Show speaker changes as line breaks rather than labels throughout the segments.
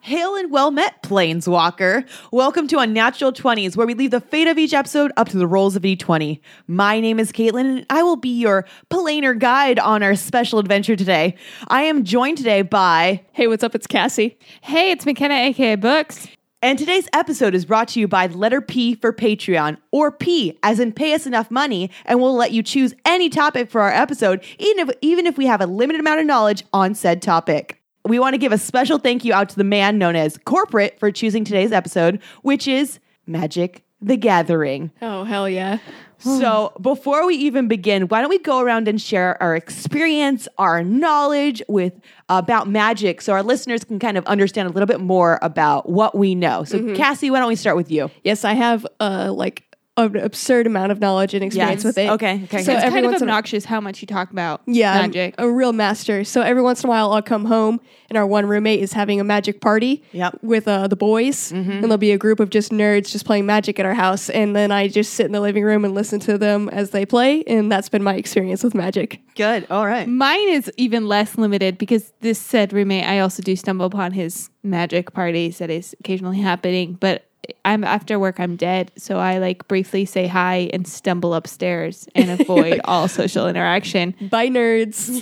Hail and well met, Planeswalker. Welcome to Unnatural 20s, where we leave the fate of each episode up to the rolls of D20. My name is Caitlin, and I will be your planar guide on our special adventure today. I am joined today by
Hey, what's up? It's Cassie.
Hey, it's McKenna, aka Books.
And today's episode is brought to you by the letter P for Patreon, or P as in pay us enough money, and we'll let you choose any topic for our episode, even if, even if we have a limited amount of knowledge on said topic. We want to give a special thank you out to the man known as Corporate for choosing today's episode, which is Magic the Gathering.
Oh, hell yeah.
So, before we even begin, why don't we go around and share our experience, our knowledge with about magic so our listeners can kind of understand a little bit more about what we know. So, Cassie, why don't we start with you?
Yes, I have uh, like an absurd amount of knowledge and
Yes.
experience with it.
Okay, okay,
So
okay.
It's
every
kind of
once in a-
obnoxious how much you talk about
yeah, I'm
magic.
a real master. So every once in a while, I'll come home and our one roommate is having a magic party
Yep.
with uh, the boys, and there'll be a group of just nerds just playing magic at our house. And then I just sit in the living room and listen to them as they play, and that's been my experience with magic.
Good. All right.
Mine is even less limited because this said roommate, I also do stumble upon his magic parties that is occasionally happening, but I'm after work I'm dead, so I like briefly say hi and stumble upstairs and avoid all social interaction.
Bye, nerds.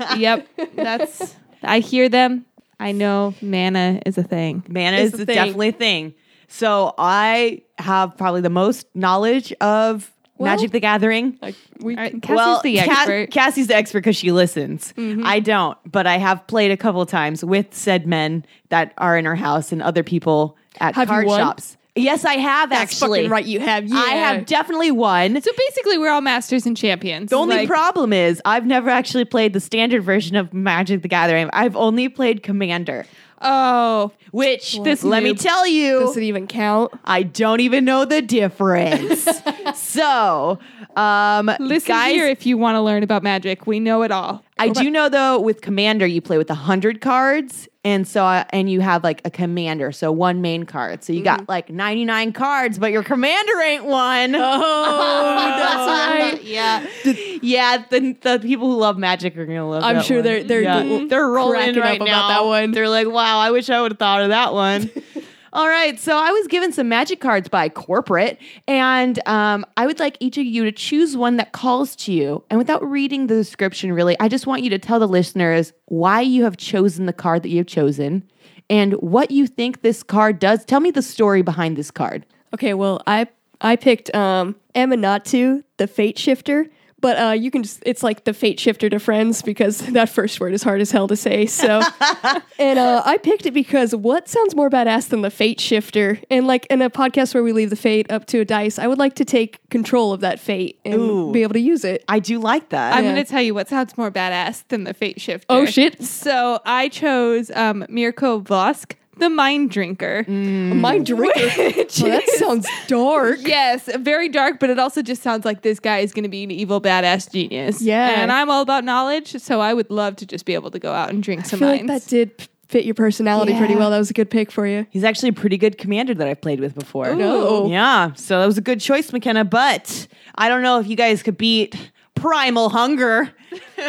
So, yep, that's I hear them. I know mana is a thing.
Mana
It's
is
a
the
thing.
definitely a thing. So, I have probably the most knowledge of Magic the Gathering.
Like, we,
All right, Cassie's
well,
the
Ca-
expert.
Cassie's the expert because she listens. I don't, but I have played a couple times with said men that are in our house and other people at
Have you
card
won?
shops. Yes, I have
that's
actually.
fucking right. You have. Yeah.
I have definitely won.
so basically, we're all masters and champions.
The only
Like,
problem is I've never actually played the standard version of Magic the Gathering. I've only played Commander,
oh,
which
This
let me
noob.
tell you,
Does it even count?
I don't even know the difference. so, um,
listen
guys,
here if you want to learn about magic. We know it all.
I do know though with commander you play with a hundred cards, and so I, and you have like a commander, so one main card. So you got like ninety nine cards, but your commander ain't one.
Oh,
that's right. yeah, yeah. The, the people who love Magic are gonna love.
I'm
that
sure
one.
they're- they're
Yeah.
l-
they're rolling
cracking up
right
about
now.
that one.
They're like, wow, I wish I would have thought of that one. All right, so I was given some magic cards by corporate, and um, I would like each of you to choose one that calls to you. And without reading the description, really, I just want you to tell the listeners why you have chosen the card that you have chosen and what you think this card does. Tell me the story behind this card.
Okay, well, I I picked um Aminatu, the Fate Shifter, but uh, you can just it's like the Fate Shifter to friends because that first word is hard as hell to say. So, and uh, I picked it because what sounds more badass than the Fate Shifter? And like in a podcast where we leave the fate up to a dice, I would like to take control of that fate and be able to use it.
I do like that.
I'm
Yeah.
going to tell you what sounds more badass than the Fate Shifter.
Oh, shit.
So I chose um, Mirko Vosk, the Mind Drinker.
Mm. My drinker. Well, that sounds dark.
Yes, very dark, but it also just sounds like this guy is going to be an evil badass genius.
Yeah.
and I'm all about knowledge, so I would love to just be able to go out and drink
I
some
feel like
minds.
that did p- fit your personality pretty
Yeah.
well. That was a good pick for you.
He's actually a pretty good commander that I've played with before.
No.
Yeah, so that was a good choice, McKenna. But I don't know if you guys could beat Primal Hunger.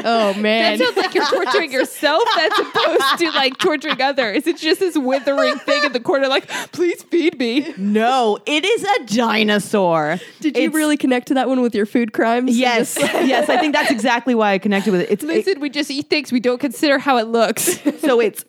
Oh man.
That sounds like you're torturing yourself as opposed to like torturing others. It's just this withering thing in the corner, like, please feed me.
No, it is a dinosaur.
Did you
It's-
really connect to that one with your food crimes?
Yes, yes. I think that's exactly why I connected with it. It's it-
Listen, we just eat things, we don't consider how it looks.
so it's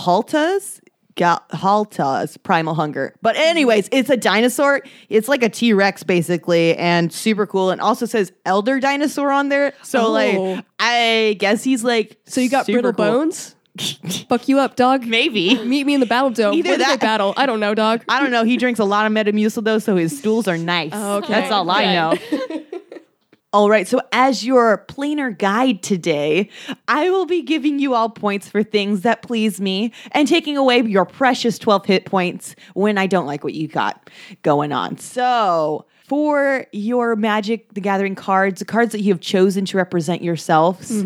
Gahalta's Gahalta's Primal Hunger. But anyways, it's a dinosaur. It's like a T Rex basically, and super cool. And also says Elder Dinosaur on there. So
Oh.
like, I guess he's like.
So you got
super
brittle
cool.
bones? Fuck you up, dog.
Maybe.
Meet me in the battle dome.
Either
Where do
that-
they battle? I don't know, dog.
I don't know. He drinks a lot of Metamucil though, so his stools are nice.
okay.
That's all I
Okay.
know. all right. So as your planar guide today, I will be giving you all points for things that please me and taking away your precious 12 hit points when I don't like what you got going on. So for your Magic the Gathering cards, the cards that you have chosen to represent yourselves.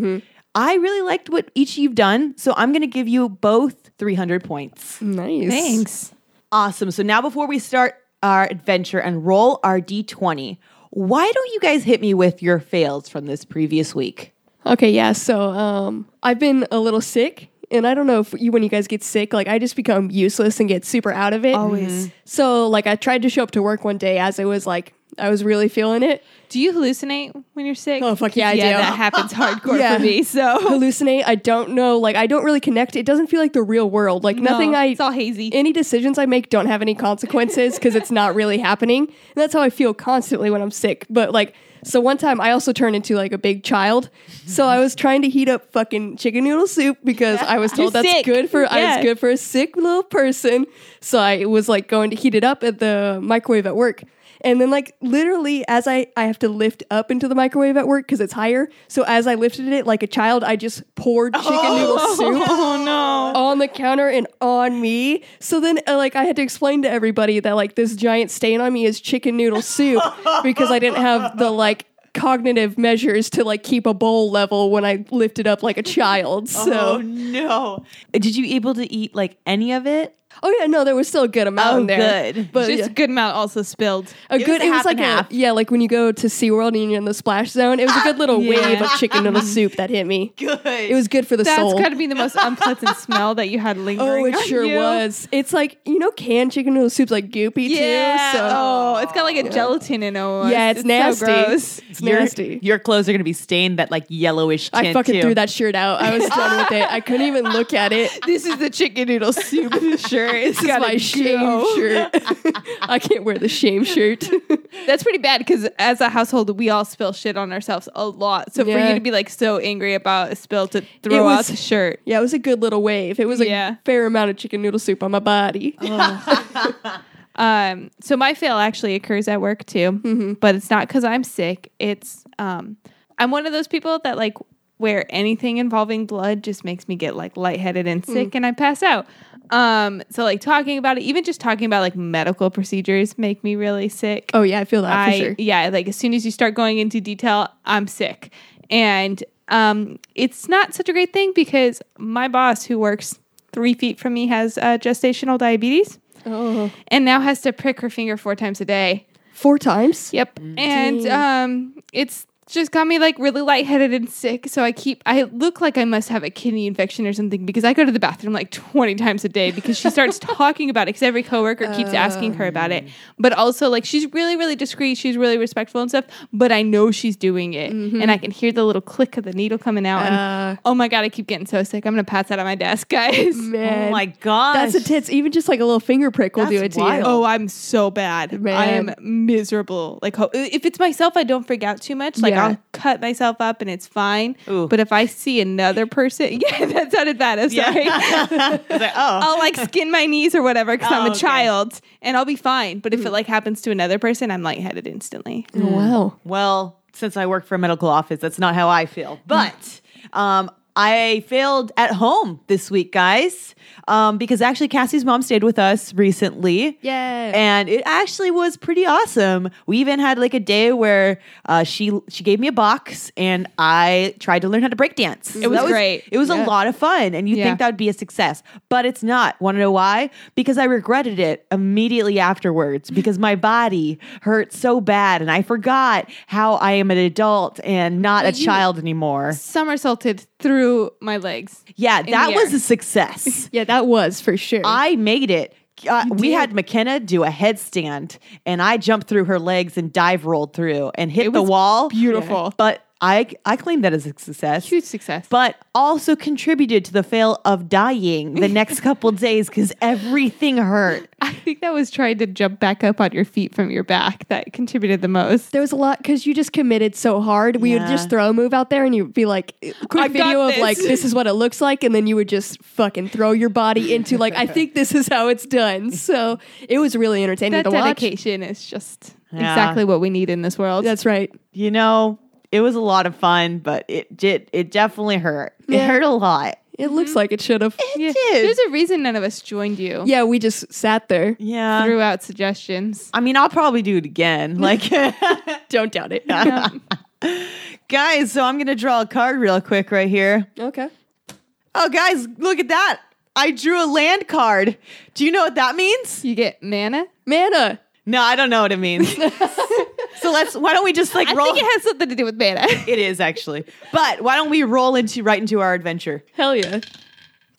I really liked what each of you've done, so I'm going to give you both 300 points.
Nice.
Awesome. So now before we start our adventure and roll our d20, why don't you guys hit me with your fails from this previous week?
Okay, yeah. So um, I've been a little sick and I don't know if you when you guys get sick, like I just become useless and get super out of it. Mm-hmm.
Always.
So like I tried to show up to work one day as I was like I was really feeling it.
Do you hallucinate when you're sick?
Oh, fuck yeah, I do.
that happens hardcore
Yeah.
for me. So
Hallucinate. I don't know. Like I don't really connect. It doesn't feel like the real world. Like nothing.
No,
I
it's all hazy.
any decisions I make don't have any consequences because it's not really happening. And that's how I feel constantly when I'm sick. But like, so one time I also turned into like a big child. So I was trying to heat up fucking chicken noodle soup because I was told
You're
that's
sick.
good for I
Yeah.
was good for a sick little person. So I was like going to heat it up at the microwave at work. And then like literally as I I have to lift up into the microwave at work cuz it's higher. So as I lifted it like a child, I just poured chicken noodle soup
oh no.
on the counter and on me. So then, uh, like, I had to explain to everybody that like this giant stain on me is chicken noodle soup because I didn't have the like cognitive measures to like keep a bowl level when I lifted up like a child.
Oh
So,
no! Did you able to eat like any of it?
oh yeah, no, there was still a good amount
Oh,
in there.
good.
but
Just
yeah.
good amount also spilled.
A
was
good,
a
it
half
was like
and
a,
half.
yeah, like when you go to SeaWorld and you're in the splash zone, it was a good little
Yeah.
wave of chicken noodle soup that hit me.
Good.
It was good for the
That's
soul.
got to be the most unpleasant smell that you had
Oh,
lingering.
it
on
sure
you.
was. It's like you know, canned chicken noodle soup's like goopy
Yeah.
too. So
oh, it's got like a gelatin in it. almost.
Yeah, it's
So
nasty.
gross.
It's
your,
nasty.
Your clothes are gonna be stained that like yellowish tint.
I fucking
too.
threw that shirt out. I was done with it. I couldn't even look at it.
This is the chicken noodle soup shirt. It's
This is my shame shirt. I can't wear the shame shirt.
That's pretty bad because as a household, we all spill shit on ourselves a lot. So for
Yeah.
you to be like so angry about a spill to throw
was-
out the shirt,
yeah, it was a good little wave. It was a
Yeah.
fair amount of chicken noodle soup on my body.
Um, so my fail actually occurs at work too,
Mm-hmm.
but it's not because I'm sick. It's um, I'm one of those people that like where anything involving blood just makes me get like lightheaded and sick,
Mm.
and I pass out. Um, so like talking about it, even just talking about like medical procedures, make me really sick.
Oh yeah, I feel that
I
for sure.
yeah, like as soon as you start going into detail, I'm sick. And um it's not such a great thing because my boss who works 3 feet from me has uh, gestational diabetes
Oh.
and now has to prick her finger 4 times a day.
Four times?
Yep. And um it's just got me like really lightheaded and sick. So I keep I look like I must have a kidney infection or something because I go to the bathroom like 20 times a day because she starts talking about it cuz every coworker keeps asking her about it. But also like she's really really discreet, she's really respectful and stuff, but I know she's doing it and I can hear the little click of the needle coming out and oh my god, I keep getting so sick. I'm going to pass out on my desk, guys.
Man.
Oh my god.
That's a tits. Even just like a little finger prick will do it
That's
to
wild.
you.
Oh, I'm so bad. I am
Man.
miserable. Like ho- if it's myself, I don't freak out too much. Like
Yeah.
I'll cut myself up and it's fine.
Ooh.
But if I see another person, yeah, that sounded bad. I'm sorry.
Yeah. It's like, oh.
I'll like skin my knees or whatever because
Oh,
I'm a
okay.
child and I'll be fine. But if it like happens to another person, I'm lightheaded instantly.
Oh, Wow.
Well, since I work for a medical office, that's not how I feel. But um, I failed at home this week, guys, um, because actually Cassie's mom stayed with us recently.
Yeah.
and it actually was pretty awesome. We even had like a day where uh, she she gave me a box and I tried to learn how to break dance. It
was great.
It was a
Yeah.
lot of fun, and you
Yeah.
think that would be a success, but it's not. Want to know why? Because I regretted it immediately afterwards because my body hurt so bad, and I forgot how I am an adult and not a
you-
child anymore.
Somersaulted through my legs.
Yeah,
the
that was
air.
a success.
yeah, that was for sure.
I made it. Uh, we
did.
had McKenna do a headstand, and I jumped through her legs and dive rolled through and hit
It
the
was
wall.
beautiful.
but I I claim that as a success,
Huge success.
but also contributed to the fail of dying the next couple days because everything hurt.
I think that was trying to jump back up on your feet from your back that contributed the most.
there was a lot because you just committed so hard. We
Yeah.
would just throw a move out there and you'd be like, quick
I got
video of
this.
like, this is what it looks like. And then you would just fucking throw your body into like, I think this is how it's done. So it was really entertaining
That
to watch.
dedication is just
Yeah.
exactly what we need in this world.
That's right.
You know, it was a lot of fun, but it did it definitely hurt. It
Yeah.
hurt a lot.
It
Mm-hmm.
looks like it should have.
Yeah,
did.
There's a reason none of us joined you.
Yeah, we just sat there.
Yeah,
Threw out suggestions.
I mean, I'll probably do it again. Like.
Don't doubt it.
Guys, so I'm going to draw a card real quick right here.
okay.
Oh, guys, look at that. I drew a land card. Do you know what that means?
You get mana.
Mana.
No, I don't know what it means. so let's, why don't we just like
I
roll?
think it has something to do with mana.
it is actually. But why don't we roll into right into our adventure?
Hell yeah.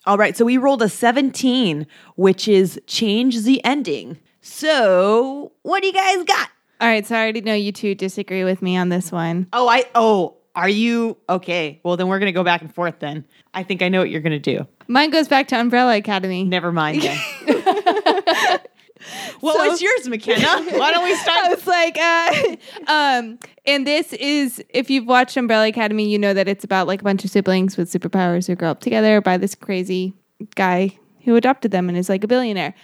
All right, so we rolled a 17, which is change the ending. So, what do you guys got?
All right, so I already know you two disagree with me on this one.
Oh, I, oh, are you okay? Well, then we're going to go back and forth then. I think I know what you're going to do.
Mine goes back to Umbrella Academy.
Never mind then. what was yours, McKenna? Why don't we
I
start?
was like, uh, um, and this is if you've watched Umbrella Academy, you know that it's about like a bunch of siblings with superpowers who grow up together by this crazy guy who adopted them and is like a billionaire.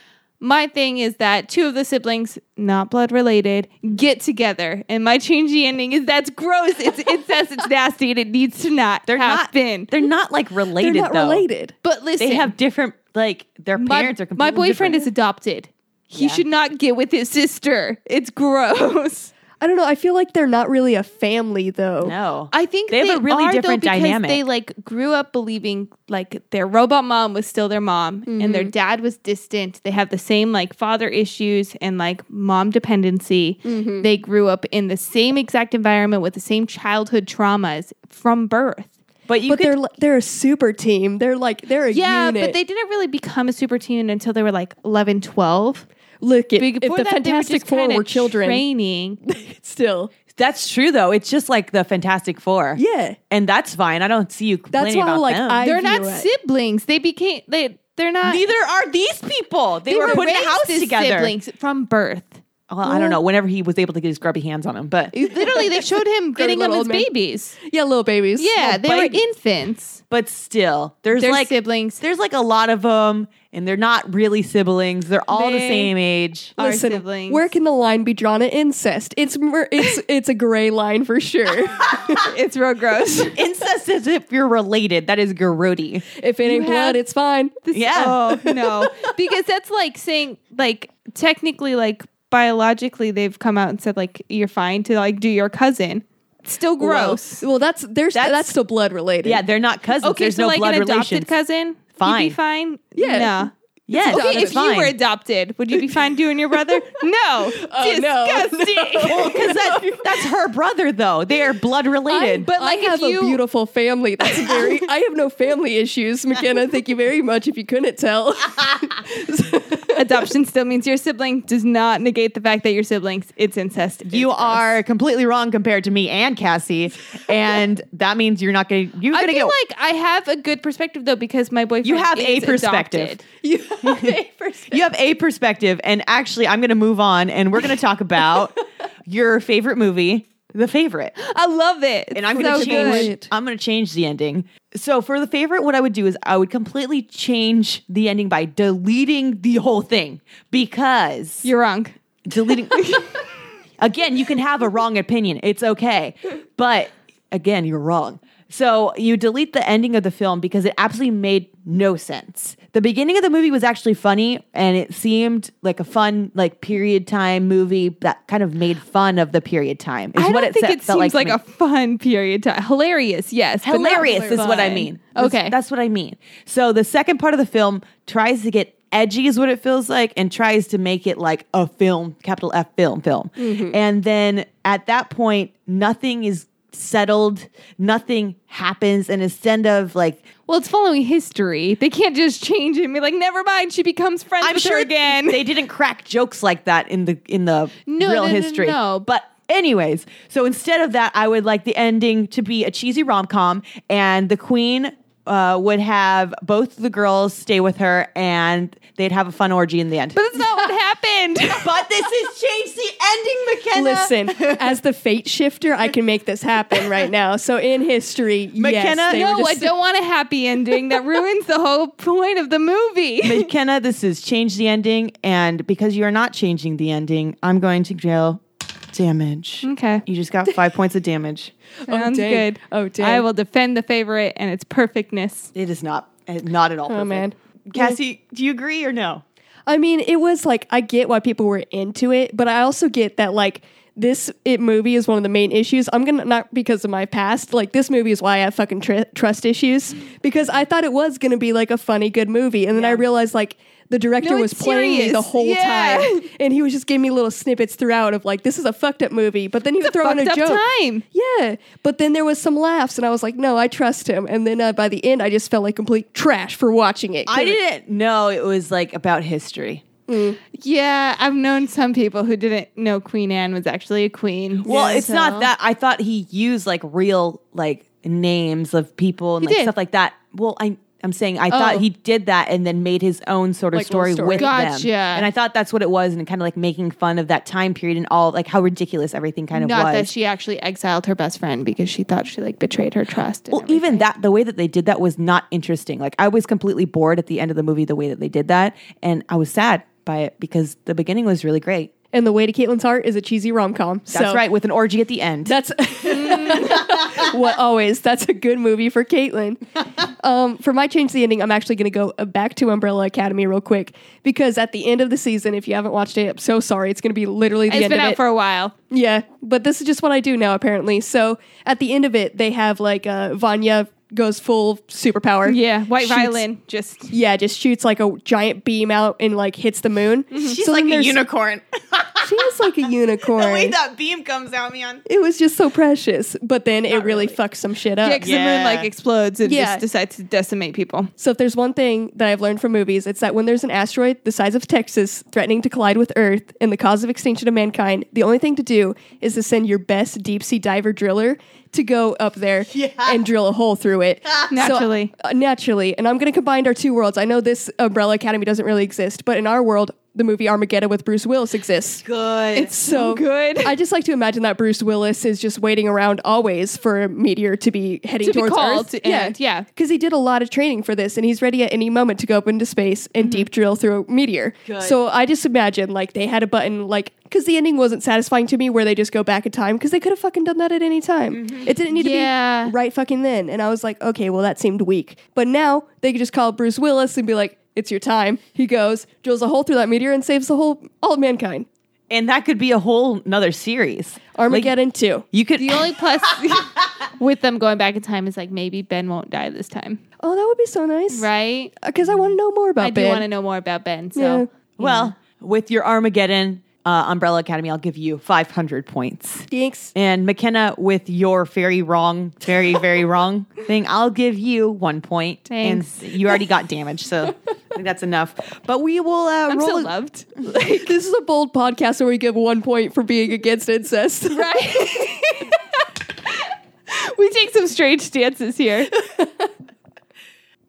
My thing is that two of the siblings, not blood related, get together, and my changey ending is that's gross. It's incest. It's nasty, and it needs to not
They're not,
happen.
they're not like
They're
related
not
though.
related.
but listen,
They have different, like their
my,
parents are
my
completely
boyfriend
different.
is adopted. He
Yeah.
should not get with his sister. It's gross.
I don't know. I feel like they're not really a family though.
No.
I think
They have a really
are, though,
different
because
dynamic.
They like grew up believing like their robot mom was still their mom, and
Mm-hmm.
their dad was distant. They have the same like father issues and like mom dependency.
Mm-hmm.
They grew up in the same exact environment with the same childhood traumas from birth.
but you
but
could
they're li- they're a super team. They're like they're a
Yeah,
unit.
but they didn't really become a super team until they were like 11, 12.
look if, if
Before
the
that, they were
Fantastic
just
Four
kinda
were children.
Training.
Still,
That's true though. It's just like the Fantastic Four.
yeah.
And that's fine. I don't see you complaining
That's why
about
like
them.
I
They're
view
not
it.
siblings. They became they they're not
Neither are these people. They, were, put in
raised
a house
as
together.
Siblings from birth.
Well, I don't know. Whenever he was able to get his grubby hands on him, but
Literally, they showed him getting them
little
as
old man.
babies.
Yeah, little babies.
Yeah,
Little
they were
babies.
infants.
but still, there's
They're
like
siblings.
there's like a lot of them, and they're not really siblings. They're all the
They-
same age.
our
Listen,
siblings.
where can the line be drawn at incest? It's mer- it's it's a gray line for sure.
it's real gross.
Incest is if you're related. That is garroty.
if it ain't
had-
blood, it's fine.
Yeah.
Oh no, because that's like saying like technically like biologically they've come out and said like you're fine to like do your cousin. It's still gross.
Well, that's there's that's,
That's-
still blood related.
Yeah, they're not cousins.
Okay,
there's
so
no
like
blood
an adopted
relations.
cousin. You'd
Fine.
be fine.
Yeah.
No.
yes,
Okay,
it's
if
fine.
you were adopted, would you be fine doing your brother? No.
Oh, no.
Disgusting.
because that, that's her brother though. They are blood related.
but like
I have
if you
a beautiful family. That's very. I have no family issues, McKenna. Thank you very much. If you couldn't tell,
adoption still means your sibling does not negate the fact that your siblings. It's incest.
You are completely wrong compared to me and Cassie, and that means you're not going. to You're
I
going to
feel
get.
like I have a good perspective though because my boyfriend.
you have a
is
perspective.
adopted.
you have a perspective.
You have a perspective, and actually, I'm going to move on, and we're going to talk about your favorite movie, The Favorite.
I love it.
And I'm going to
So
change.
good.
I'm going to change the ending. So for The Favorite, what I would do is I would completely change the ending by deleting the whole thing because
You're wrong.
deleting again you can have a wrong opinion it's okay but again you're wrong so you delete the ending of the film because it absolutely made no sense the beginning of the movie was actually funny and it seemed like a fun like period time movie that kind of made fun of the period time is
I
what
don't
it
think
se-
it seems
felt
like,
like to me.
a fun period time. Hilarious, yes. but not
hilarious is what I
fun.
mean. That's-
Okay.
that's what I mean. So the second part of the film tries to get edgy, is what it feels like, and tries to make it like a film, capital F film, film. And then at that point, nothing is settled, nothing happens, and instead of like
well, it's following history. They can't just change it and be like, never mind, she becomes friends
I'm
with
sure
her again.
They didn't crack jokes like that in the in the
No,
real
no, no,
history.
no.
but anyways, so instead of that, I would like the ending to be a cheesy rom com, and the queen. Uh, would have both the girls stay with her and they'd have a fun orgy in the end.
but that's not what happened.
But this has changed the ending, McKenna.
Listen, as the fate shifter, I can make this happen right now. So in history,
McKenna-
yes, they were
No, I
just-
don't want a happy ending. That ruins the whole point of the movie.
McKenna, this has changed the ending. And because you are not changing the ending, I'm going to jail damage.
Okay.
You just got five points of damage.
Sounds
dang.
good.
Oh, dang.
I will defend the favorite and its perfectness.
It is not, eh, not at all.
Oh
perfect.
man.
Cassie, do you agree or no?
I mean, it was like I get why people were into it, but I also get that like this it movie is one of the main issues. I'm gonna not because of my past. Like this movie is why I have fucking tr- trust issues because I thought it was gonna be like a funny, good movie, and then I realized like the director
No,
was
it's
playing me the
serious.
whole
Yeah.
time, and he was just giving me little snippets throughout of like this is a fucked up movie, but then he would throw in a
fucked up
joke.
time.
Yeah, but then there was some laughs, and I was like, no, I trust him. And then uh, by the end, I just felt like complete trash for watching it.
I didn't know it was like about history.
Yeah, I've known some people who didn't know Queen Anne was actually a queen.
Well,
Yeah,
it's not
so-
that. I thought he used like real like names of people and
He
like
did.
stuff like that. Well, I I'm saying I thought
Oh.
he did that and then made his own sort of
Like little
story,
story.
with
Gotcha.
them. And I thought that's what it was, and kind of like making fun of that time period and all like how ridiculous everything kind of
Not
was.
that she actually exiled her best friend because she thought she like betrayed her trust. and
well, even that the way that they did that was not interesting. Like I was completely bored at the end of the movie the way that they did that, and I was sad by it because the beginning was really great.
and the way to Caitlin's heart is a cheesy rom com.
That's
so.
right, with an orgy at the end.
That's what always. That's a good movie for Caitlin. Um, for my change the ending, I'm actually going to go uh, back to Umbrella Academy real quick because at the end of the season, if you haven't watched it, I'm so sorry. It's going to be literally the
It's
end
been
of
out
it.
for a while.
yeah, but this is just what I do now apparently. So at the end of it, they have like uh, Vanya goes full superpower.
Yeah, white
Shoots-
violin. Just
Yeah, just shoots like a giant beam out and like hits the moon. She's
unicorn.
She is like a unicorn.
that beam comes out, man.
it was just so precious, but then it really, fucks some shit up.
yeah, 'cause the moon
Yeah.
like explodes and
Yeah.
just decides to decimate people.
So if there's one thing that I've learned from movies, it's that when there's an asteroid the size of Texas threatening to collide with Earth and the cause of extinction of mankind, the only thing to do is to send your best deep sea diver driller to go up there and drill a hole through it. So-
Naturally.
uh, naturally. And I'm going to combine our two worlds. I know this Umbrella Academy doesn't really exist, but in our world, the movie Armageddon with Bruce Willis exists.
Good.
It's so
good.
I just like to imagine that Bruce Willis is just waiting around always for a meteor to be heading
To be
towards
called
Earth.
to- and- yeah.
because he did a lot of training for this, and he's ready at any moment to go up into space and
Mm-hmm.
deep drill through a meteor. So I just imagine like they had a button like because the ending wasn't satisfying to me where they just go back in time because they could have fucking done that at any time. It didn't need to
Mm-hmm. Yeah.
be right fucking then, and I was like, okay, well that seemed weak. But now they could just call Bruce Willis and be like. It's your time. He goes, drills a hole through that meteor, and saves the whole all of mankind.
and that could be a whole nother series. Like,
Armageddon too.
you could.
The only plus with them going back in time is like maybe Ben won't die this time,
Oh, that would be so nice.
right?
Because I want to know more about
I
Ben.
do want to know more about Ben. So
Yeah.
well, with your Armageddon uh, Umbrella Academy, I'll give you 500 points.
Thanks.
And McKenna, with your very wrong, very, very wrong thing, I'll give you one point.
Thanks.
And you already got damaged, so I think that's enough. But we will uh,
I'm
roll.
so
a-
loved.
this is a bold podcast where we give one point for being against incest.
Right. we take some strange stances here.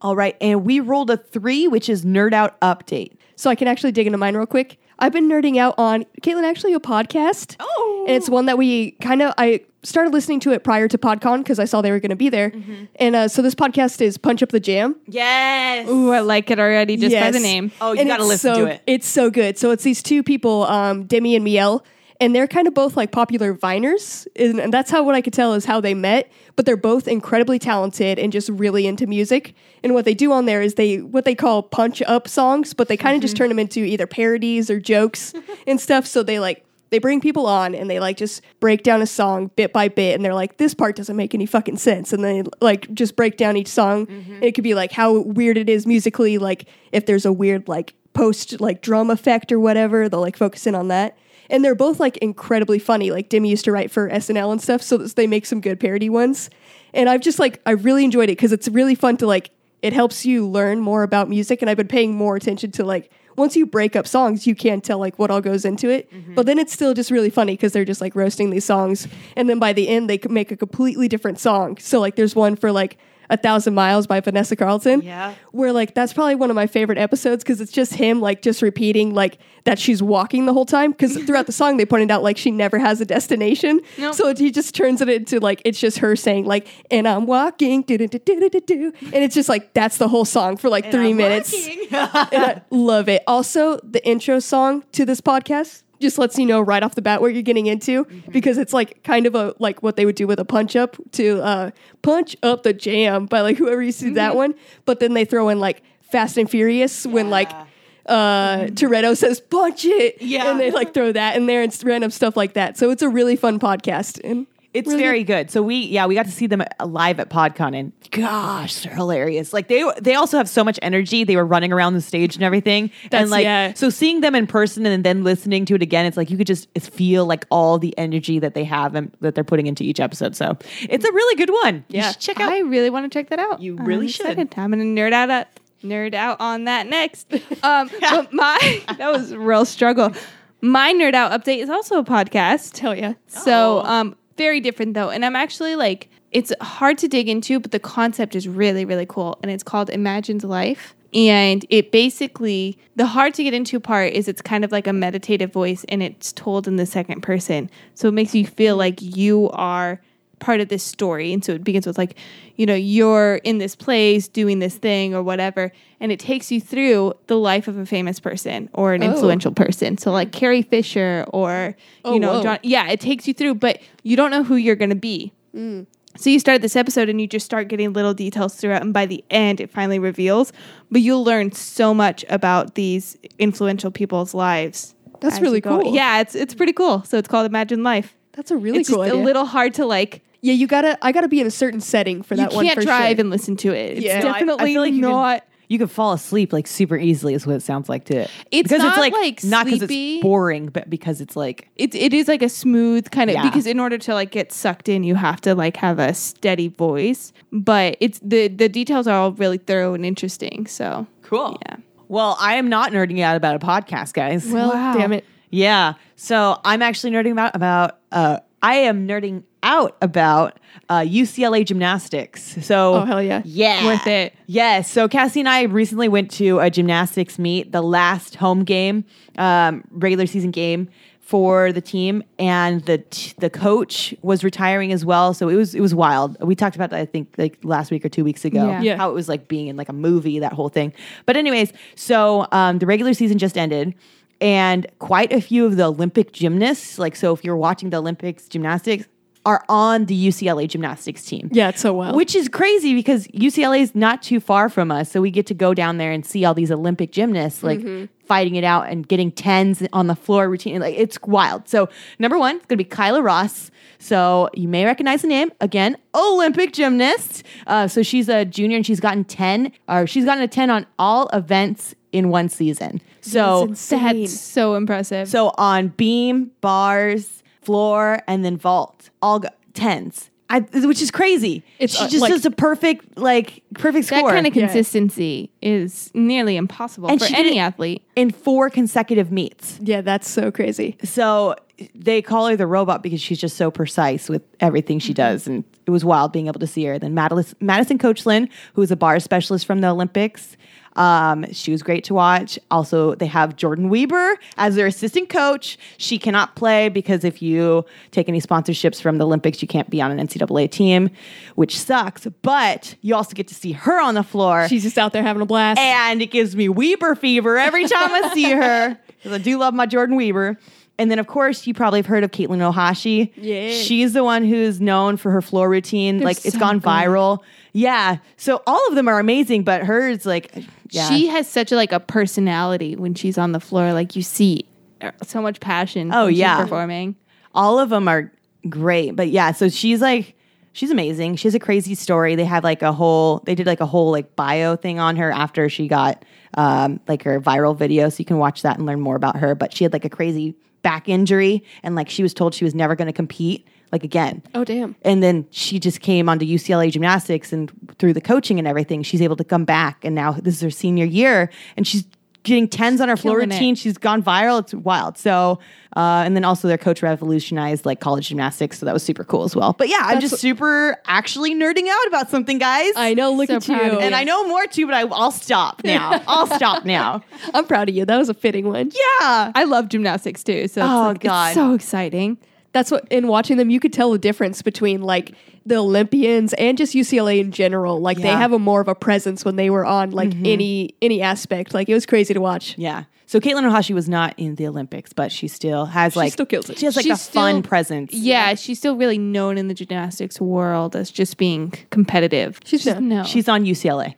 All right. And we rolled a three, which is Nerd Out Update.
so I can actually dig into mine real quick. I've been nerding out on Caitlin actually a podcast.
Oh.
And it's one that we kind of I started listening to it prior to PodCon because I saw they were going to be there. And uh, so this podcast is Punch Up the Jam.
Yes.
Ooh, I like it already just by the
Yes.
name.
Oh, you gotta
it's
listen
so-
to it.
It's so good. So it's these two people, um, Demi and Miel, and they're kind of both like popular viners, and, and that's how what I could tell is how they met. But they're both incredibly talented and just really into music. And what they do on there is they what they call punch up songs, but they kind of just
Mm-hmm.
turn them into either parodies or jokes and stuff. So they like. They bring people on and they like just break down a song bit by bit and they're like, this part doesn't make any fucking sense. And they like just break down each song. And it could be like how weird it is musically, like if there's a weird like post like drum effect or whatever, they'll like focus in on that. And they're both like incredibly funny. Like Demi used to write for SNL and stuff, so they make some good parody ones. And I've just like I really enjoyed it because it's really fun to like it helps you learn more about music and i've been paying more attention to like once you break up songs you can tell like what all goes into it but then it's still just really funny because they're just like roasting these songs and then by the end they c- make a completely different song so like there's one for like a thousand miles by vanessa carlton
Yeah.
where like that's probably one of my favorite episodes because it's just him like just repeating like that she's walking the whole time because throughout the song they pointed out like she never has a destination
Nope.
so he just turns it into like it's just her saying like and i'm walking do do do do do do and it's just like that's the whole song for like three minutes and I love it. Also, the intro song to this podcast just lets you know right off the bat what you're getting into
Mm-hmm.
because it's like kind of a like what they would do with a punch up to uh, punch up the
Mm-hmm.
jam by like whoever you see that one, but then they throw in like Fast and Furious when like. uh,
Mm-hmm.
Toretto says punch it,
Yeah.
and they like throw that in there and s- random stuff like that. So it's a really fun podcast, and
It's very good. So we yeah, we got to see them live at PodCon and gosh, they're hilarious. Like they they also have so much energy. They were running around the stage and everything.
That's-
and like
yeah.
so seeing them in person and then listening to it again, it's like you could just it's feel like all the energy that they have and that they're putting into each episode. So it's a really good one. You
Yeah.
should check out
I really want to check that out.
You
I'm
really
excited. I'm gonna nerd out at, nerd out on that next. Um, but my that was a real struggle. My nerd out update is also a podcast.
hell yeah,
So
Oh.
um, very different though, and I'm actually like it's hard to dig into, but the concept is really really cool, and it's called Imagined Life. And it basically, the hard to get into part is it's kind of like a meditative voice and it's told in the second person. So it makes you feel like you are part of this story. And so it begins with, like, you know, you're in this place doing this thing or whatever. And it takes you through the life of a famous person or an
Oh.
influential person. So, like Carrie Fisher or, you
Oh,
know,
whoa.
John yeah, it takes you through, but you don't know who you're going to be.
Mm.
So you start this episode and you just start getting little details throughout, and by the end, it finally reveals. But you'll learn so much about these influential people's lives.
That's
as
really
you go.
cool.
Yeah, it's it's pretty cool. So it's called Imagine Life.
that's a really
it's
cool
just a
idea.
little hard to like.
yeah, you gotta I gotta be in a certain setting for
You
that one.
can't
for
drive
sure.
and listen to it. It's
Yeah. No, I- I
definitely
feel like you can-
not.
you could fall asleep like super easily is what it sounds like to
It's
because
not,
it's like,
like,
not because
sleepy.
it's boring, but because it's like
It, it is like a smooth kind of
Yeah.
because in order to like get sucked in you have to like have a steady voice but it's the the details are all really thorough and interesting so
cool.
Yeah.
Well, I am not nerding out about a podcast, guys.
well,
Wow.
damn it.
Yeah. So I'm actually nerding about about uh I am nerding out about uh UCLA gymnastics. So
Oh hell yeah.
yeah.
Worth it.
Yes. So Cassie and I recently went to a gymnastics meet, the last home game, um, regular season game for the team, and the t- the coach was retiring as well. So it was it was wild. We talked about that I think like last week or two weeks ago.
Yeah.
Yeah.
How it was like being in like a movie, that whole thing. But anyways, so um, the regular season just ended. And quite a few of the Olympic gymnasts, like so, if you're watching the Olympics gymnastics, are on the UCLA gymnastics team.
Yeah, it's so wild.
Which is crazy because UCLA is not too far from us. So we get to go down there and see all these Olympic gymnasts like fighting it out and getting tens on the floor routine. Like it's wild. So number one, it's gonna be Kyla Ross. So you may recognize the name again, Olympic gymnast. Uh, so she's a junior and she's gotten 10 or she's gotten a 10 on all events in one season. So
That's insane.
That's so impressive.
so on beam, bars, floor, and then vault, all go- tens. I, which is crazy.
It's,
she
uh,
just
like-
does a perfect, like perfect
that
score
kind of
Yeah.
consistency is nearly impossible
And
for
she did
any
it-
athlete.
in four consecutive meets.
yeah, that's so crazy.
So they call her the robot because she's just so precise with everything she does, and it was wild being able to see her. Then Madis- Madison Coachlin, who is a bar specialist from the Olympics, um, she was great to watch. Also, they have Jordan Weber as their assistant coach. She cannot play because if you take any sponsorships from the Olympics, you can't be on an NCAA team, which sucks. But you also get to see her on the floor
She's just out there having a blast.
and it gives me Weber fever every time I see her because I do love my Jordan Weber. And then, of course, you probably have heard of Caitlin Ohashi.
Yeah.
she's the one who's known for her floor routine. like it's
so
gone
good.
viral. Yeah, so all of them are amazing, but hers, like, yeah.
She has such a, like a personality when she's on the floor. Like you see uh, so much passion.
Oh,
when she's
yeah.
performing.
all of them are great but yeah so she's like she's amazing she has a crazy story they had like a whole they did like a whole like bio thing on her after she got um, like her viral video so you can watch that and learn more about her but she had like a crazy back injury and like she was told she was never going to compete like again
oh damn.
and then she just came onto UCLA gymnastics and through the coaching and everything, she's able to come back. And now this is her senior year, and she's getting tens on her floor
Killing it.
routine. She's gone viral. It's wild. So, uh, and then also their coach revolutionized like college gymnastics, so that was super cool as well. But yeah, I'm just super actually nerding out about something, guys.
I know, look
So
at you.
proud of you.
and I know more too, but I, I'll stop now. I'll stop now.
I'm proud of you. That was a fitting one.
Yeah.
I love gymnastics too. So it's,
Oh,
like, it's
God.
so exciting.
That's what in watching them you could tell the difference between like the Olympians and just UCLA in general. Like they
Yeah.
have a more of a presence when they were on like any any aspect. Like it was crazy to watch.
Yeah. So Caitlin Ohashi was not in the Olympics, but she still has like
still kills it.
She has like
She's
a fun
still-
presence.
Yeah, she's still really known in the gymnastics world as just being competitive.
She's
Just
known.
no.
She's on UCLA.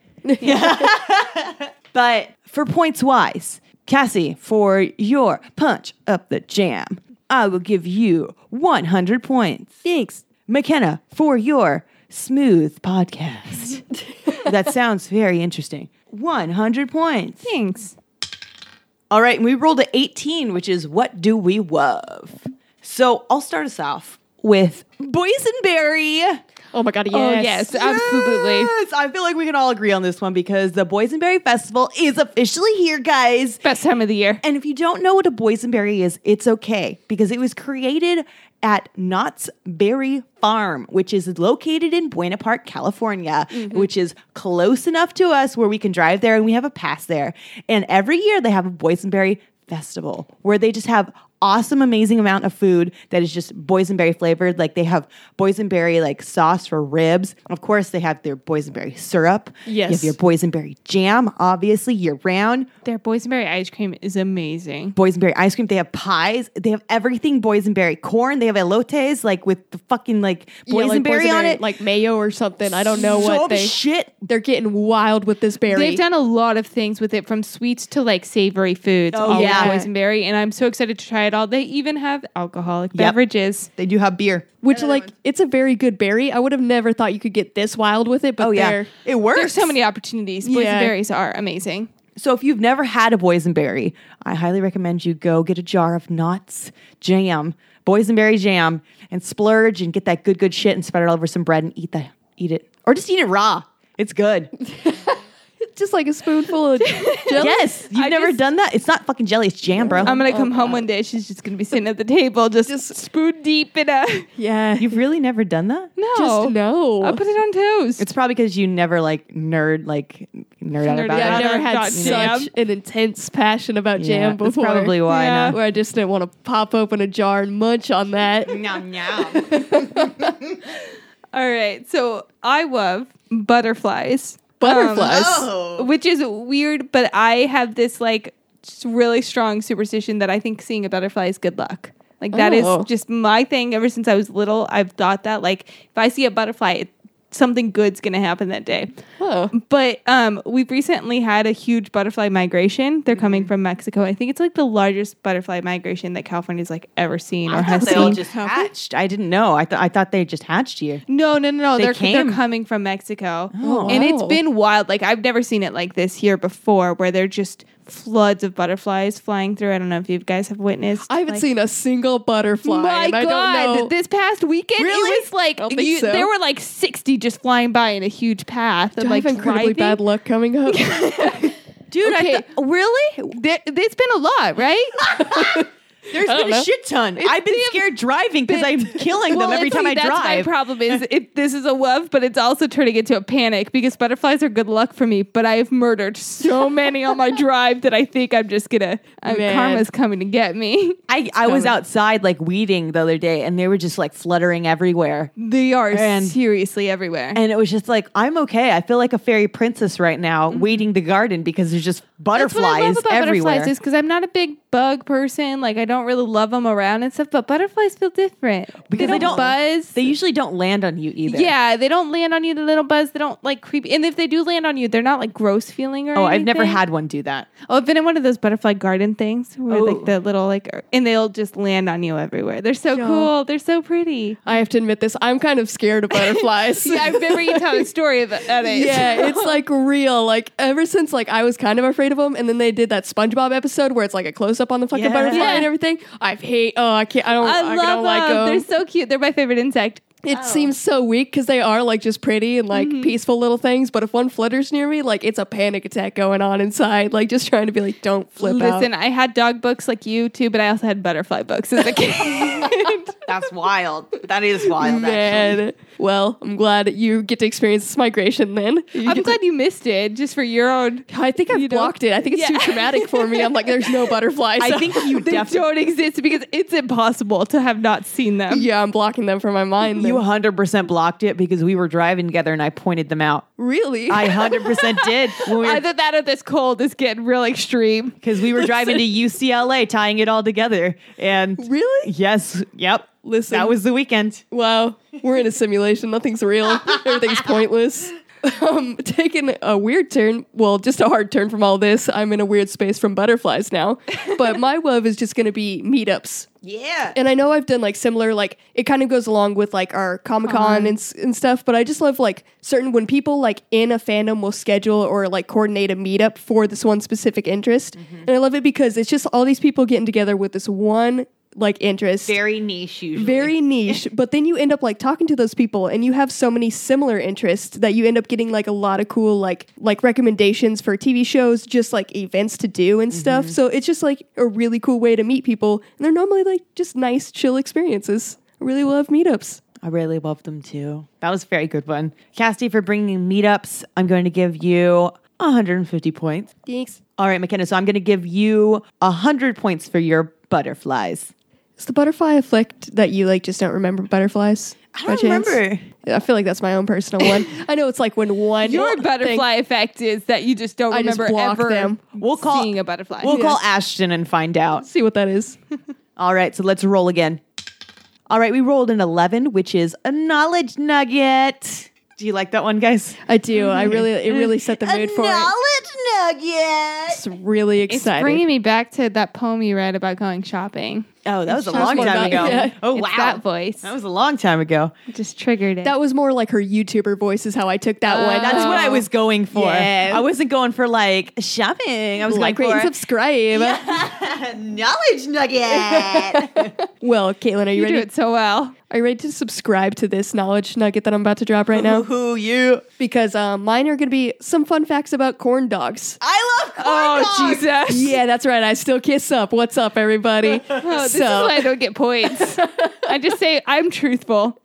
but for points wise, Cassie, for your punch up the jam, I will give you 100 points.
Thanks.
McKenna, for your smooth podcast. that sounds very interesting. 100 points.
Thanks.
All right, and we rolled a 18, which is what do we love? So I'll start us off with boysenberry.
Oh my god, yes.
Oh, yes, absolutely.
Yes, I feel like we can all agree on this one because the boysenberry festival is officially here, guys.
Best time of the year.
And if you don't know what a boysenberry is, it's okay because it was created at Knott's Berry Farm, which is located in Buena Park, California, which is close enough to us where we can drive there and we have a pass there. And every year they have a boysenberry festival where they just have awesome amazing amount of food that is just boysenberry flavored like they have boysenberry like sauce for ribs of course they have their boysenberry syrup you have
Yes.
your boysenberry jam obviously year round
Their boysenberry ice cream is amazing.
boysenberry ice cream. They have pies. They have everything boysenberry corn. They have elotes like with the fucking like
Yeah, like
boysenberry on it.
like mayo or something. I don't know
so
what they
shit.
they're getting wild with this berry.
They've done a lot of things with it, from sweets to like savory foods.
Oh,
all with
yeah.
boysenberry, and I'm so excited to try it all. They even have alcoholic
Yep.
beverages.
They do have beer.
which like it's a very good berry. I would have never thought you could get this wild with it, but
Oh yeah,
they're
it works.
There's so many opportunities.
Yeah.
Boysenberries are amazing.
So if you've never had a boysenberry, I highly recommend you go get a jar of Knott's jam, boysenberry jam, and splurge and get that good good shit and spread it all over some bread and eat that eat it or just eat it raw. It's good.
just like a spoonful of jelly.
yes, you've
I
never
just-
done
Um,
that. It's not fucking jelly. It's jam, bro.
I'm gonna come home one day. She's just gonna be sitting at the table, just, spoon deep in a
Yeah.
you've really never done that?
no.
Just no.
I put it on toast.
It's probably because you never like nerd like nerd out
Nerd
about it.
yeah, I've never
Another
had
dot
such
jam.
an intense passion about
Yeah,
jam before.
That's probably why.
Yeah.
where I just didn't want to pop open a jar and munch on that.
Nom,
All right, so I love butterflies.
Butterflies?
Oh.
which is weird, but I have this like s- really strong superstition that I think seeing a butterfly is good luck. Like that is
Oh.
just my thing. Ever since I was little, I've thought that like if I see a butterfly, it, something good's gonna happen that day.
Huh.
But um, we've recently had a huge butterfly migration. They're
Mm-hmm.
coming from Mexico. I think it's like the largest butterfly migration that California's like ever seen or
I
has
thought they
seen.
all just hatched. I didn't know. I thought I thought they just hatched you.
No, no, no, no.
They
They are
came?
they're coming from Mexico.
Oh,
and it's
wow.
been wild. Like I've never seen it like this here before where they're just floods of butterflies flying through. I don't know if you guys have witnessed.
I haven't
like-
seen a single butterfly.
my
and I
god!
don't know.
This past weekend,
Really?
it was like
I don't think
you-
so.
there were like sixty just flying by in a huge path.
Do
and,
I
like
have incredibly
driving.
bad luck coming up.
Dude,
Okay.
I thought really?
There, there's been a lot, right?
There's
I don't
been a
know.
shit ton. I've been scared driving because I'm killing
Well,
them every
it's
time
like,
I
that's
drive.
my problem is it, this is a love, but it's also turning into a panic because butterflies are good luck for me. But I have murdered so many on my drive that I think I'm just gonna I'm,
Man.
karma's coming to get me.
I, I was
coming.
outside like weeding the other day and they were just like fluttering everywhere.
They are
And-
seriously everywhere.
And it was just like, I'm okay. I feel like a fairy princess right now weeding the garden because there's just
That's what I love
butterflies
about
everywhere.
butterflies is because I'm not a big bug person. Like I don't really love them around and stuff. But butterflies feel different
Because
they
they don't-
don't buzz.
they usually don't land on you either.
yeah, they don't land on you. They don't buzz. They don't like creep. And if they do land on you, they're not like gross feeling or
Oh, I've never
anything.
had one do that.
Oh, I've been in one of those butterfly garden things where
Oh.
like the little like, er- and they'll just land on you everywhere. They're so
Yo.
cool. They're so pretty.
I have to admit this. I'm kind of scared of butterflies.
Yeah, I remember you telling a story about it.
Yeah, it's like real. Like ever since like I was kind of afraid of them, and then they did that SpongeBob episode where it's like a close up on the fucking
Yeah.
butterfly
Yeah.
and everything. I hate. Oh, I can't. I don't. I,
I love um,
don't like
them.
them.
They're so cute. They're my favorite insect.
it seems so weak because they are like just pretty and like peaceful little things. But if one flitters near me, like it's a panic attack going on inside. Like just trying to be like, don't flip
Listen,
out.
I had dog books like you too, but I also had butterfly books as a kid.
That's wild. That is wild.
Man, well, I'm glad you get to experience this migration. Then You
I'm
get to-
glad you missed it just for your own.
I think I've
you know?
blocked it. I think it's too
Yeah.
traumatic for me. I'm like, there's no butterflies.
I think you
They
definitely.
don't exist because it's impossible to have not seen them.
yeah, I'm blocking them from my mind.
You
then.
100% blocked it because we were driving together and I pointed them out.
really?
I 100% did when we were
Either that or this cold is getting real extreme.
because we were driving to UCLA tying it all together and
Really?
yes, yep.
Listen.
That was the weekend.
Wow. We're in a simulation. Nothing's real. Everything's pointless. um, taking a weird turn, well, just a hard turn from all this. I'm in a weird space from butterflies now. But my love is just going to be meetups.
Yeah.
And I know I've done like similar, like it kind of goes along with like our Comic Con and, s- and stuff, but I just love like certain when people like in a fandom will schedule or like coordinate a meetup for this one specific interest. And I love it because it's just all these people getting together with this one like interest
Very niche, usually.
very niche but then you end up like talking to those people and you have so many similar interests that you end up getting like a lot of cool like like recommendations for tv shows just like events to do and stuff so it's just like a really cool way to meet people and they're normally like just nice chill experiences i really love meetups
I really love them too. That was a very good one. Cassie, for bringing meetups, I'm going to give you 150 points.
thanks
All right, McKenna, so I'm going to give you 100 points for your butterflies.
is the butterfly effect that you like just don't remember butterflies
I
by
don't
chance?
remember.
I feel like that's my own personal one. I know it's like when one
Your
thing-
butterfly effect is that you just don't
I just
remember
block
ever
them.
We'll call-
seeing a butterfly.
We'll call Ashton and find out.
See what that is.
All right, so let's roll again. All right, we rolled an 11, which is a knowledge nugget. Do you like that one, guys?
I do. I really it really set the mood for it.
nugget.
It's really
It's
exciting.
bringing me back to that poem you read about going shopping.
Oh, that was a
Just
long
one
time ago.
nugget.
Oh,
It's
wow.
that voice.
That was a long time ago.
It just triggered it.
That was more like her YouTuber voice, is how I took that one.
Oh.
That's what I was going for.
Yeah.
I wasn't going for like shopping. I was
like,
going
rate, and
for
subscribe.
knowledge nugget.
Well, Caitlin, are you,
you
ready?
do it so well.
Are you ready to subscribe to this knowledge nugget that I'm about to drop right now?
Who you?
because uh, mine are going to be some fun facts about corn dogs.
I love corn
Oh
dogs.
Jesus!
Yeah, that's right. I still kiss up. What's up, everybody?
Oh, this is
So-
why I don't get points. I just say I'm truthful.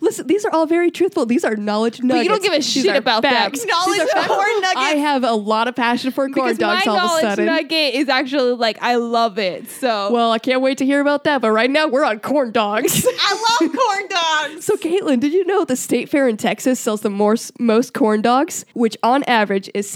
Listen, these are all very truthful. These are knowledge nuggets.
you don't give a
These
shit
are
about them.
facts.
Knowledge
These are
of corn nuggets.
I have a lot of passion for corn
Because my
dogs all of a
knowledge
sudden.
nugget is actually like I love it. So
well, I can't wait to hear about that, but right now we're on corn dogs.
I love corn dogs.
So, Caitlin, did you know the state fair in Texas sells the most, most corn dogs, which on average is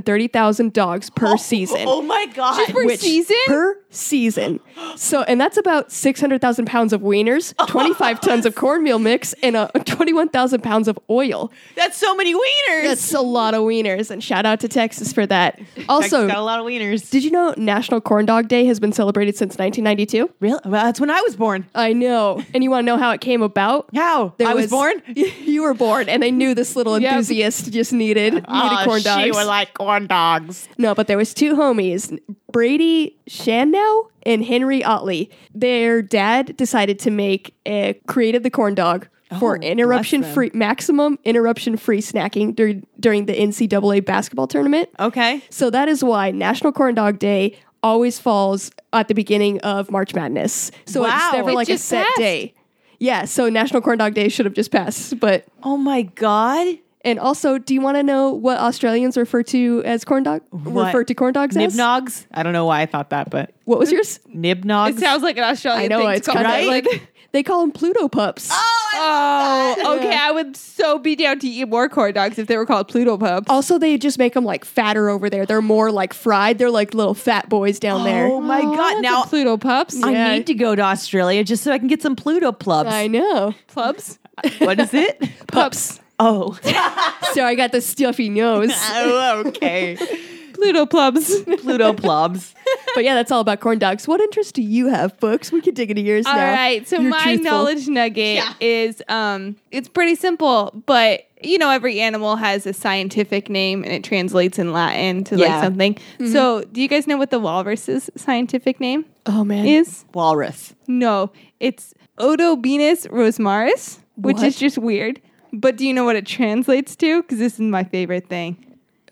630,000 dogs per season?
Oh my god.
per
which,
season?
Per season. So, and that's about 600,000 pounds of wieners, 25 tons of cornmeal mix, and uh, 21,000 pounds of oil.
That's so many wieners.
That's a lot of wieners, and shout out to Texas for that. Also,
Texas got a lot of wieners.
did you know National Corn Dog Day has been celebrated since 1992?
Really? Well, that's when I was born.
I know. And you want to know how it came about?
How?
There
I was, born.
You were born, and they knew this little
Yep.
enthusiast just needed needed corn dogs.
Ah, like corn dogs.
no, but there was two homies, Brady Shannow and Henry Otley. Their dad decided to make a, created the corn dog for
Oh,
interruption
bless them.
free maximum interruption free snacking during during the NCAA basketball tournament.
Okay.
So that is why National Corn Dog Day always falls at the beginning of March Madness. So
Wow.
it's never
It
like a
just
set
passed.
day. Yeah, so National Corn Dog Day should have just passed, but
Oh my god.
and also, do you want to know what Australians refer to as corn dog? Refer to corn dogs as?
Nibnogs? I don't know why I thought that, but
What was yours?
nibnogs.
it sounds like an Australian.
I know
thing to
it's
call
kind of
it.
like they call them Pluto pups.
Oh, okay. I would so be down to eat more corn dogs if they were called Pluto pups.
Also, they just make them like fatter over there. They're more like fried. They're like little fat boys down
Oh
there.
my god. Now
Pluto pups,
Yeah.
I need to go to Australia just so I can get some Pluto plubs.
I know.
plubs,
what is it?
Pups.
Oh.
so I got the stuffy nose.
oh, okay.
Pluto plubs.
Pluto plubs.
but yeah, that's all about corn dogs. What interest do you have, folks? We could dig into yours
All
now.
right. So
You're
my
truthful.
knowledge nugget
Yeah.
is um it's pretty simple, but you know every animal has a scientific name and it translates in Latin to
Yeah.
like something.
Mm-hmm.
So, do you guys know what the walrus's scientific name
Oh man.
is?
Walrus.
No. It's Odobenus rosmaris, which
What?
is just weird. But do you know what it translates to? Cuz this is my favorite thing.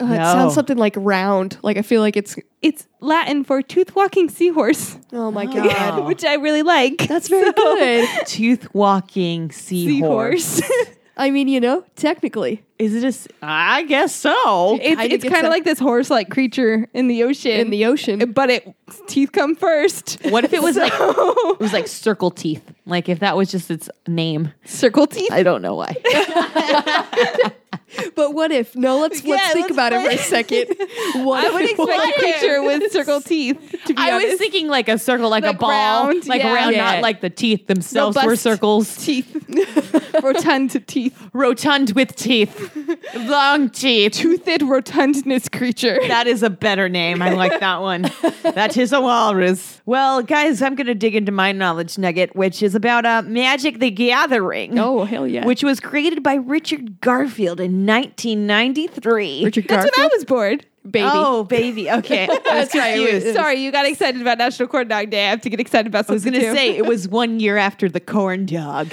Uh, It
No.
sounds something like round. Like I feel like it's.
It's Latin for tooth-walking seahorse,
Oh my
Oh.
god.
which I really like.
That's very good.
Tooth walking seahorse.
seahorse.
I mean, you know, technically.
Is it a? s- I guess so.
it's
kinda
it's
gets
kind
that-
of like this horse-like creature in the ocean.
In the ocean.
but it teeth come first.
what if it was like it
So-
was like circle teeth? Like if that was just its name.
circle teeth?
I don't know why.
But But what if? No, let's let's
Yeah,
think
let's
about it for
play-
a second. What
I would
if-
expect a picture with circle teeth. To be
I was
honest.
thinking like a circle, like, a
Like
ball,
round,
like
yeah.
round,
Yeah.
not like the teeth themselves were
Robust.
circles.
teeth, rotund teeth,
Rotund with teeth, long teeth.
toothed rotundness creature.
That is a better name. I like that one. that is a walrus. Well, guys, I'm going to dig into my knowledge nugget, which is about uh, Magic the Gathering.
Oh hell yeah!
Which was created by Richard Garfield in 1993.
Richard
That's
Garfield
when I was bored.
baby?
Oh, baby. Okay. That's right.
Sorry, you got excited about National Corn Dog Day. I have to get excited about
I was
something
going to
too.
say it was one year after the corn dog.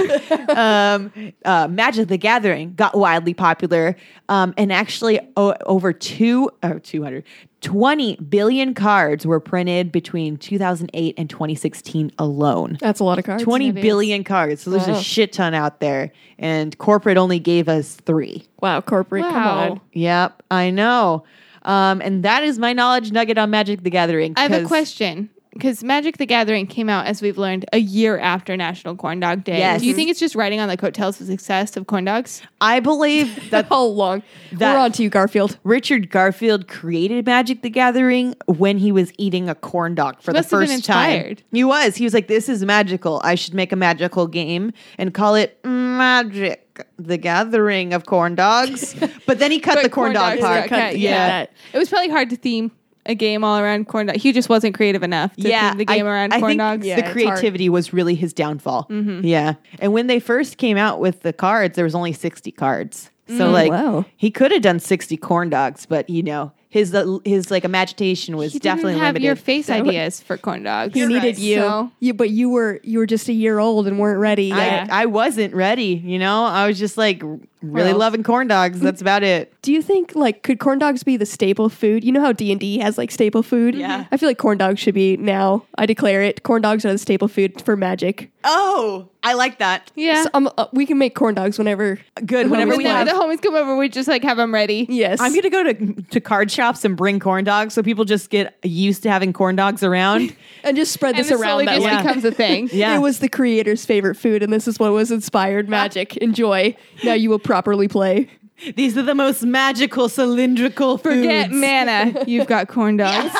um, uh, Magic the Gathering got widely popular, um, and actually o- over two or 200, 20 billion cards were printed between 2008 and 2016 alone.
That's a lot of cards.
20
it is.
billion cards. So there's
Wow.
a shit ton out there, and corporate only gave us three.
Wow, corporate. Come
Wow.
on.
Yep, I know. Um, and that is my knowledge nugget on Magic the Gathering.
I have a
'cause-
question. Because Magic the Gathering came out, as we've learned, a year after National Corn Dog Day.
Yes.
Do you think it's just riding on the coattails of success of corn dogs?
I believe that
How long?
That-
We're on to you, Garfield.
Richard Garfield created Magic the Gathering when he was eating a corn dog for
must
the
have been
first time.
inspired.
He was. He was like, this is magical. I should make a magical game and call it Magic the Gathering of Corn Dogs. but then he cut the corn, dog
dogs
part.
are cut,
yeah.
yeah.
It was probably hard to theme a game all around corn dogs. He just wasn't creative enough to
yeah,
theme the game
I-
around
I
corn
think
dogs.
Yeah,
the
it's hard.
creativity was really his downfall.
Mm-hmm.
Yeah, and when they first came out with the cards, there was only sixty cards.
Mm,
So like,
wow.
he could have done sixty corn dogs, but you know, his uh, his like imagination was
He
definitely
didn't have
limited.
your face ideas for corn dogs.
He needed you.
So-
you, but you were you were just a year old and weren't ready. yet.
I, I wasn't ready, you know. I was just like r- really
Well.
loving corn dogs. That's about it.
Do you think like could corn dogs be the staple food? You know how D and D has like staple food.
Yeah.
I feel like corn dogs should be now. I declare it. Corn dogs are the staple food for magic.
Oh, I like that.
yeah.
So, um, uh, we can make corn dogs whenever.
Good.
The
Whenever
homies
we
when
have,
the, the homies come over, we just like have them ready.
Yes,
I'm gonna go to to card shops and bring corn dogs, so people just get used to having corn dogs around.
and just spread
And
this
this
around.
slowly
That
just
way.
Yeah.
becomes a thing.
Yeah.
It was the creator's favorite food, and this is what was inspired magic. Enjoy. Now you will properly play.
These are the most magical cylindrical
Forget
foods.
mana. You've got corn dogs.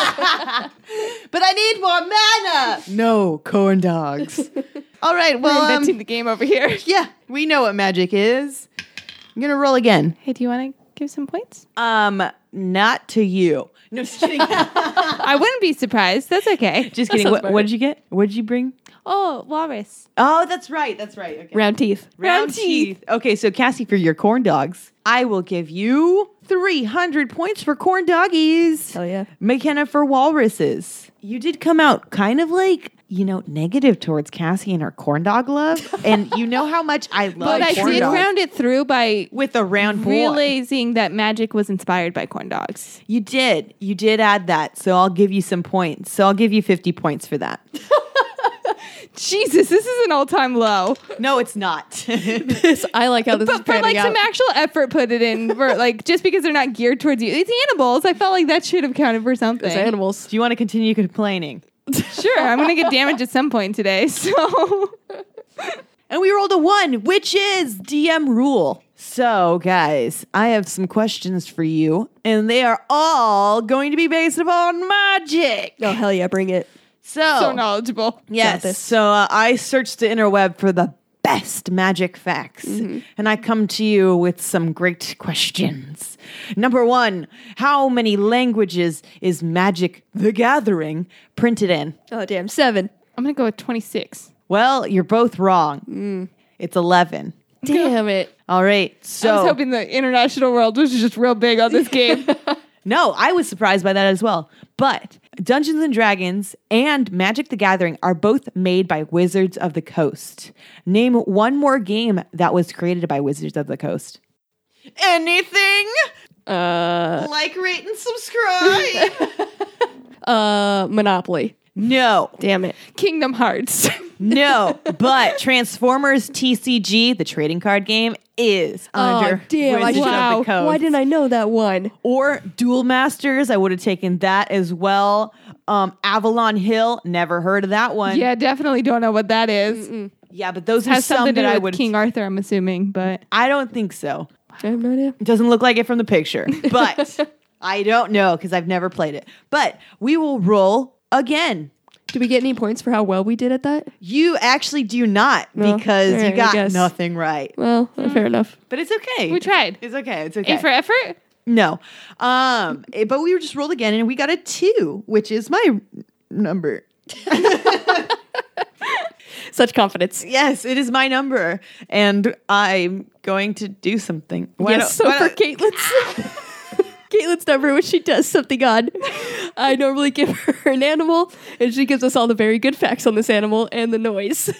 But I need more mana. No corn dogs. All right. Well,
We're inventing
um,
the game over here.
yeah, we know what magic is. I'm gonna roll again.
Hey, do you want to give some points?
Um, not to you. No, just kidding.
I wouldn't be surprised. That's okay.
Uh, just kidding.
sounds
What, what did you get? What did you bring?
Oh, walrus.
Oh, that's right. That's right. Okay.
Round teeth.
Round teeth.
Okay, so Cassie, for your corn dogs, I will give you 300 points for corn doggies.
Hell yeah.
McKenna for walruses. You did come out kind of like, you know, negative towards Cassie and her corn dog love. and you know how much I love
But I
corn
did
dogs.
round it through by
with a round boy.
realizing that magic was inspired by corn dogs.
You did. You did add that. So I'll give you some points. So I'll give you 50 points for that.
Jesus, this is an all-time low.
No, it's not.
This I like how this is
But for
panning
like
out.
some actual effort put it in for like just because they're not geared towards you. It's animals. I felt like that should have counted for something.
It's animals.
Do you want to continue complaining?
Sure, I'm gonna get damaged at some point today. So
And we rolled a one, which is DM rule. So, guys, I have some questions for you, and they are all going to be based upon magic.
Oh hell yeah, bring it.
So,
so knowledgeable.
yes.
this.
So, uh, I searched the interweb for the best magic facts,
Mm-hmm.
and I come to you with some great questions. Number one How many languages is Magic the Gathering printed in?
Oh damn, seven.
I'm gonna go with 26.
Well, you're both wrong. It's 11.
Damn it.
All right. So,
Mm. I was hoping the international world was just real big on this game.
No, I was surprised by that as well. But Dungeons and Dragons and Magic the Gathering are both made by Wizards of the Coast. Name one more game that was created by Wizards of the Coast. Anything?
Uh
Like, rate, and subscribe.
uh Monopoly.
no,
Damn it.
Kingdom Hearts.
no. But Transformers TCG, the trading card game, is under
Oh, damn, I
Wizards
should-
of the Coast.
Why didn't I know that one?
or Duel Masters, I would have taken that as well. Um, Avalon Hill, never heard of that one.
yeah, definitely don't know what that is.
Yeah, but those are
Has
some
something to
that
do
I
with
would.
King Arthur, I'm assuming, but
I don't think so.
I have no idea.
It doesn't look like it from the picture, but I don't know because I've never played it. But we will roll again.
Do we get any points for how well we did at that?
You actually do not
No.
because
All right,
you
I
got
guess.
nothing right.
Well, fair enough.
But it's okay.
We tried.
It's okay. It's okay.
A for effort?
No. Um, eh, but we were just rolled again and we got a two, which is my number.
Such confidence.
Yes, it is my number. And I'm going to do something. Why
yes, so
don't- why
for
don't-
Caitlin's Caitlin's number when she does something odd, I normally give her an animal, and she gives us all the very good facts on this animal and the noise.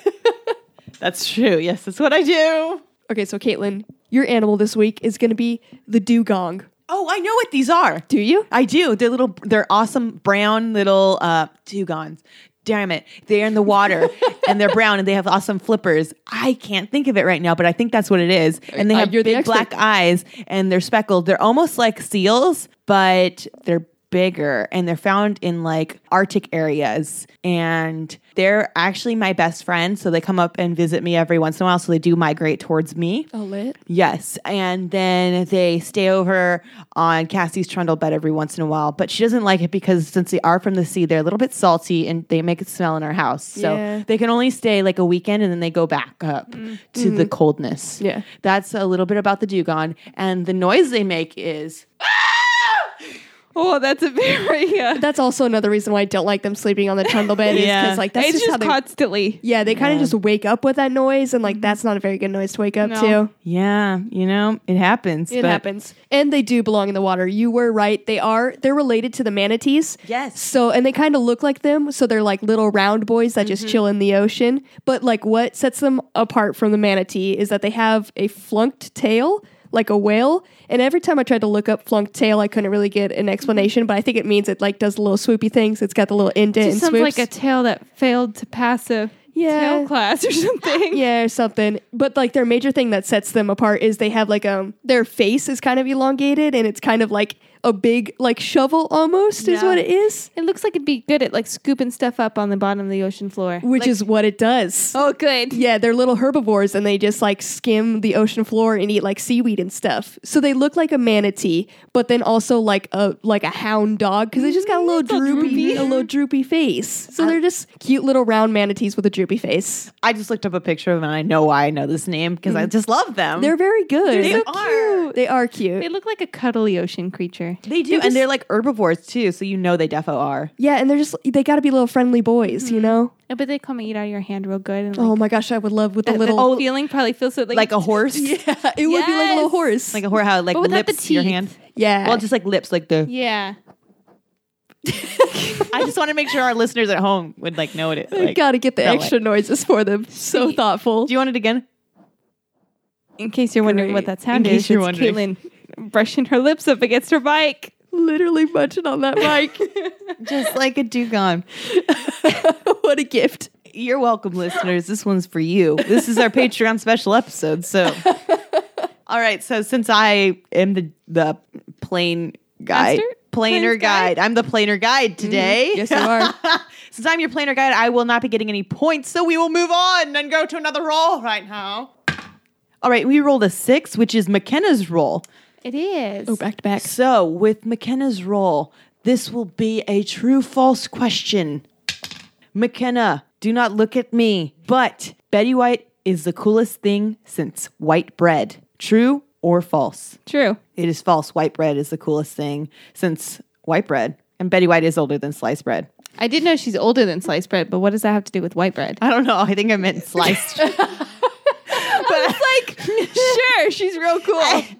that's true. Yes, that's what I do.
okay, so Caitlin, your animal this week is going to be the dugong.
Oh, I know what these are.
Do you?
I do. They're little. They're awesome brown little uh, dugongs. Damn it! They're in the water and they're brown and they have awesome flippers. I can't think of it right now, but I think that's what it is. And they
Uh,
have
you're the
big
expert.
black eyes and they're speckled. They're almost like seals, but they're bigger and they're found in like Arctic areas. And they're actually my best friend, so they come up and visit me every once in a while. So they do migrate towards me.
I'll lit.
Yes. And then they stay over on Cassie's trundle bed every once in a while. But she doesn't like it because since they are from the sea, they're a little bit salty and they make it smell in our house. So
Yeah. Mm.
they can only stay like a weekend and then they go back up to the coldness.
Yeah.
That's a little bit about the dugong. And the noise they make is
Oh, that's a very. Uh,
That's also another reason why I don't like them sleeping on the trundle bed. is 'cause,
Yeah.
like that's
it's
just,
just,
how they.
constantly.
yeah, they kind of just wake up with that noise, and like that's not a very good noise to wake up
No.
to.
yeah, you know, it happens.
It
but-
happens. And they do belong in the water. You were right. They are. They're related to the manatees.
Yes.
So, and they kind of look like them. So they're like little round boys that
Mm-hmm.
just chill in the ocean. But like what sets them apart from the manatee is that they have a flunked tail, like a whale. And every time I tried to look up flunked tail, I couldn't really get an explanation. But I think it means it like does little swoopy things. It's got the little indent
Just
and
sounds
swoops.
like a tail that failed to pass a
Yeah.
tail class or something.
yeah, or something. But like their major thing that sets them apart is they have like um their face is kind of elongated and it's kind of like a big like shovel almost is
Yeah.
what it is,
It looks like it'd be good at like scooping stuff up on the bottom of the ocean floor.
which is what it does.
Oh, good.
Yeah, they're little herbivores and they just like skim the ocean floor and eat like seaweed and stuff. So they look like a manatee, but then also like a like a hound dog because they just got a little
all
droopy,
droopy.
a little droopy face. So they're just cute little round manatees with a droopy face.
I just looked up a picture of them and I know why I know this name because I just love them.
Mm. They're very good.
They are.
They are cute.
They look like a cuddly ocean creature.
They do, and they're like herbivores too, so you know they defo are.
Yeah, and they're just they got to be little friendly boys, you know.
I bet Oh, they come and eat out of your hand real good. And like,
Oh my gosh, I would love with a
that little
little.
feeling probably feels so, like
Like a horse.
yeah, it would be like a little
Yes.
horse.
Like a whore, how like
But without the
lips your
teeth.
hand.
yeah,
Well, just like lips, like the.
Yeah.
I just want to make sure our listeners at home would like know what it. Like.
got to get the
that, like-
extra noises for them. So thoughtful.
Do you want it again?
In case you're wondering what
Great.
that sound
In case
is,
you're
it's
wondering.
Caitlin brushing her lips up against her bike.
Literally munching on that mic.
Just like a dugong.
what a gift!
You're welcome, listeners. This one's for you. This is our Patreon special episode. So, all right. So since I am the the plane guide,
Master?
planer
Planes guide?
guide. I'm the planer guide today.
Mm-hmm. Yes, you are.
Since I'm your planer guide, I will not be getting any points, so we will move on and go to another roll right now. All right, we rolled a six, which is McKenna's roll.
It is.
oh, back to back.
So, with McKenna's roll, this will be a true false question. McKenna, do not look at me, but Betty White is the coolest thing since white bread. True or false?
True.
It is false. White bread is the coolest thing since white bread. And Betty White is older than sliced bread.
I did know she's older than sliced bread, but what does that have to do with white bread?
I don't know. I think I meant sliced.
I was like, sure, she's real cool.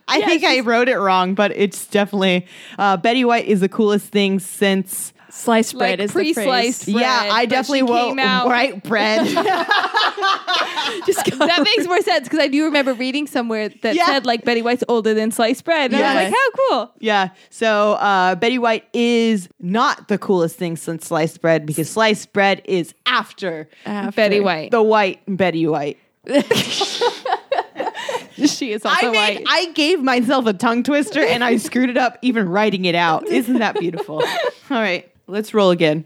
I think I wrote it wrong, but it's definitely uh, Betty White is the coolest thing since.
Sliced bread is the
pre-sliced.
phrase.
yeah,
Bread,
I
but
definitely
she
won't
came out-
right bread.
Just go.
that makes more sense because I do remember reading somewhere that
Yeah.
said like Betty White's older than sliced bread. And I was
Yes.
like, how cool.
yeah, so uh, Betty White is not the coolest thing since sliced bread because sliced bread is after
After.
Betty White.
the white Betty White.
she is also
I mean,
white.
I gave myself a tongue twister and I screwed it up even writing it out. Isn't that beautiful? All right, let's roll again.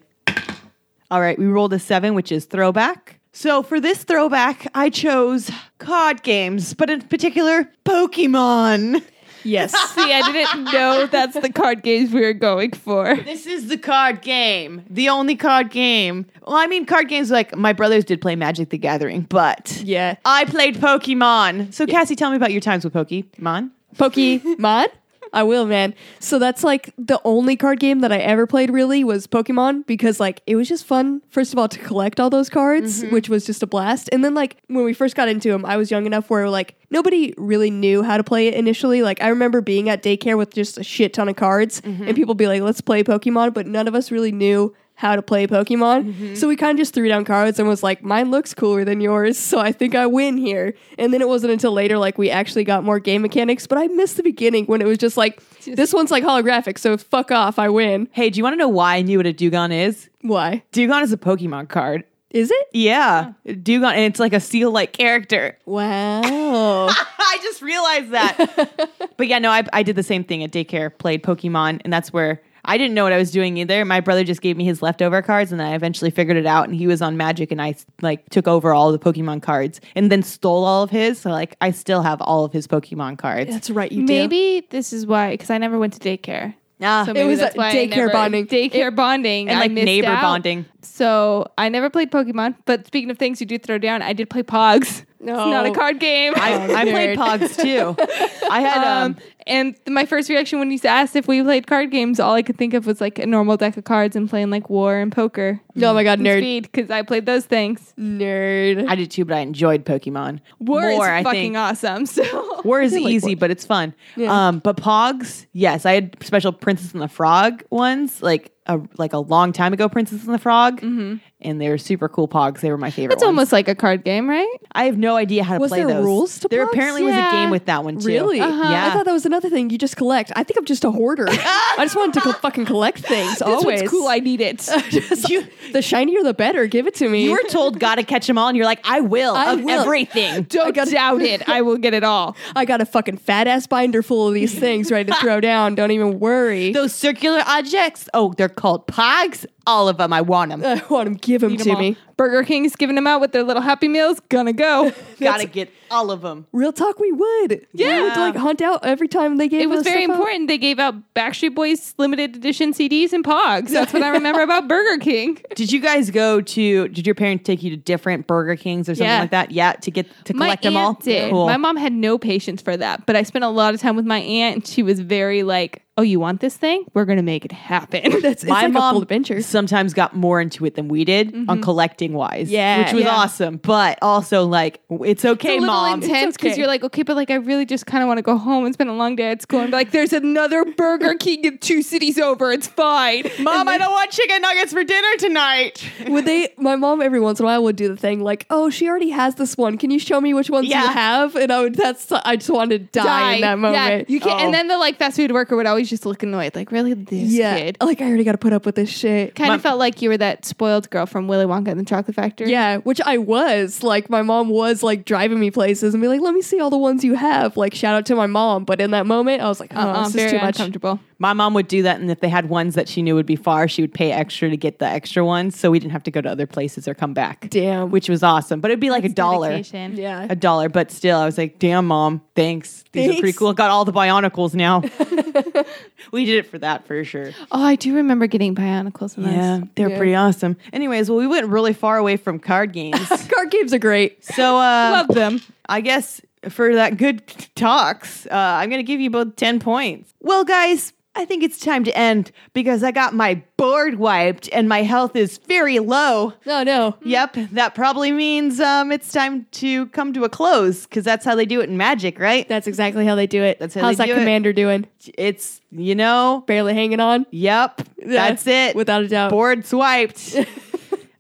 All right, we rolled a seven, which is throwback. So for this throwback, I chose COD games, but in particular, Pokemon.
Yes.
See, I didn't know that's the card games we were going for.
This is the card game, the only card game. Well, I mean, card games like my brothers did play Magic the Gathering, but
yeah.
I played Pokemon. So, Cassie, tell me about your times with Pokemon.
Pokemon? I will, man. So that's like the only card game that I ever played really was Pokemon because like it was just fun, first of all, to collect all those cards, which was just a blast. And then like when we first got into them, I was young enough where like nobody really knew how to play it initially. Like I remember being at daycare with just a shit ton of cards and people be like, let's play Pokemon, but none of us really knew how to play Pokemon.
Mm-hmm.
So we kind of just threw down cards and was like, mine looks cooler than yours, so I think I win here. And then it wasn't until later, like, we actually got more game mechanics, but I missed the beginning when it was just like, this one's like holographic, so fuck off, I win.
Hey, do you want to know why I knew what a Dugon is?
Why?
Dugon is a Pokemon card.
Is it?
Yeah, Dugon, and it's like a seal like character.
Wow.
I just realized that. but yeah, no, I, I did the same thing at daycare, played Pokemon, and that's where I didn't know what I was doing either. My brother just gave me his leftover cards, and then I eventually figured it out. And he was on Magic, and I like took over all the Pokemon cards, and then stole all of his. So like, I still have all of his Pokemon cards.
That's right, you do.
Maybe this is why, because I never went to daycare.
Ah,
So maybe
was
that's
a
why I
daycare
never-
bonding.
Daycare bonding.
and
I
like
missed
neighbor
out.
bonding.
So I never played Pokemon. But speaking of things you do throw down, I did play Pogs.
No.
It's not a card game.
I,
Oh,
I played
nerd.
Pogs too. I had um,
um, and th- my first reaction when you asked if we played card games, all I could think of was like a normal deck of cards and playing like war and poker.
Oh my god,
And
nerd.
Speed, because I played those things.
Nerd.
I did too, but I enjoyed Pokemon.
War
More,
is
I
fucking
think.
awesome. So
War is easy, but it's fun. Um, but Pogs, yes, I had special Princess and the Frog ones, like a like a long time ago, Princess and the Frog,
Mm-hmm.
and they were super cool Pogs. They were my favorite.
it's
ones.
almost like a card game, right?
I have no idea how to
Was
play
there
those.
rules to
there
Pogs?
apparently was a
Yeah.
game with that one too. Uh-huh.
Really?
Uh-huh.
Yeah.
I thought that was another thing you just collect. I think I'm just a hoarder. I just wanted to co- fucking collect things
This
always.
one's cool. I need it.
Just- the shinier the better. Give it to me.
you were told gotta catch them all, and you're like, I will
I
of
will.
everything.
Don't doubt it. I will get it all.
I got a fucking fat ass binder full of these things ready to throw down. Don't even worry.
Those circular objects. Oh, they're called Pogs. All of them. I want them.
I want them. Give them
Eat 'em
to
all.
me.
Burger King's giving them out with their little Happy Meals. Gonna go.
Gotta get all of them.
Real talk, we would.
Yeah.
we would like hunt out every time they gave.
it was
us
very
stuff out.
important. They gave out Backstreet Boys limited edition CDs and Pogs. That's what I remember about Burger King.
Did you guys go to? Did your parents take you to different Burger Kings or something
Yeah.
like that? Yeah, to get to
My
collect them all.
aunt did.
Cool.
My mom had no patience for that, but I spent a lot of time with my aunt, and she was very like, "Oh, you want this thing? We're gonna make it happen."
That's it's
My
like a
mom
full adventure.
sometimes got more into it than we did
Mm-hmm.
on collecting wise.
Yeah.
which was
Yeah.
awesome, but also like it's okay,
a little
mom.
intense because
okay.
you're like, okay, but like I really just kind of want to go home and spend a long day at school and be like, there's another Burger King in two cities over. It's fine.
Mom, I don't want chicken nuggets for dinner tonight.
Would they? My mom every once in a while would do the thing like, "Oh, she already has this one. Can you show me which ones you
Yeah.
have?" And I would. That's. I just wanted to die, in that moment.
Yeah, you can't.
Oh.
And then the like fast food worker would always just look annoyed, like really this
Oh, yeah.
kid.
Like I already got to put up with this shit.
Kind
My-
of felt like you were that spoiled girl from Willy Wonka and the Chocolate Factory.
Yeah, which I was. Like my mom was like driving me places and be like, "Let me see all the ones you have." Like shout out to my mom, but in that moment I was like, "Oh,
Uh-uh,
this
very
is too much."
uncomfortable.
My mom would do that, and if they had ones that she knew would be far, she would pay extra to get the extra ones, so we didn't have to go to other places or come back.
Damn.
which was awesome, but it'd be like a dollar.
Dedication.
Yeah.
a dollar, but still, I was like, damn, mom, thanks. These are pretty
Thanks.
cool. Got all the Bionicles now. we did it for that for sure.
Oh, I do remember getting Bionicles. When I was,
they're
Yeah.
pretty awesome. Anyways, well, we went really far away from card games.
Card games are great.
so, uh,
love them.
I guess for that good talks, uh, I'm going to give you both 10 points. Well, guys, I think it's time to end because I got my board wiped and my health is very low.
No, no.
Yep, that probably means um, it's time to come to a close because that's how they do it in magic, right?
That's exactly how they do it.
That's how
How's
they do
that
it.
commander doing?
It's, you know,
Barely hanging on.
yep, that's it.
Without a doubt.
Board swiped.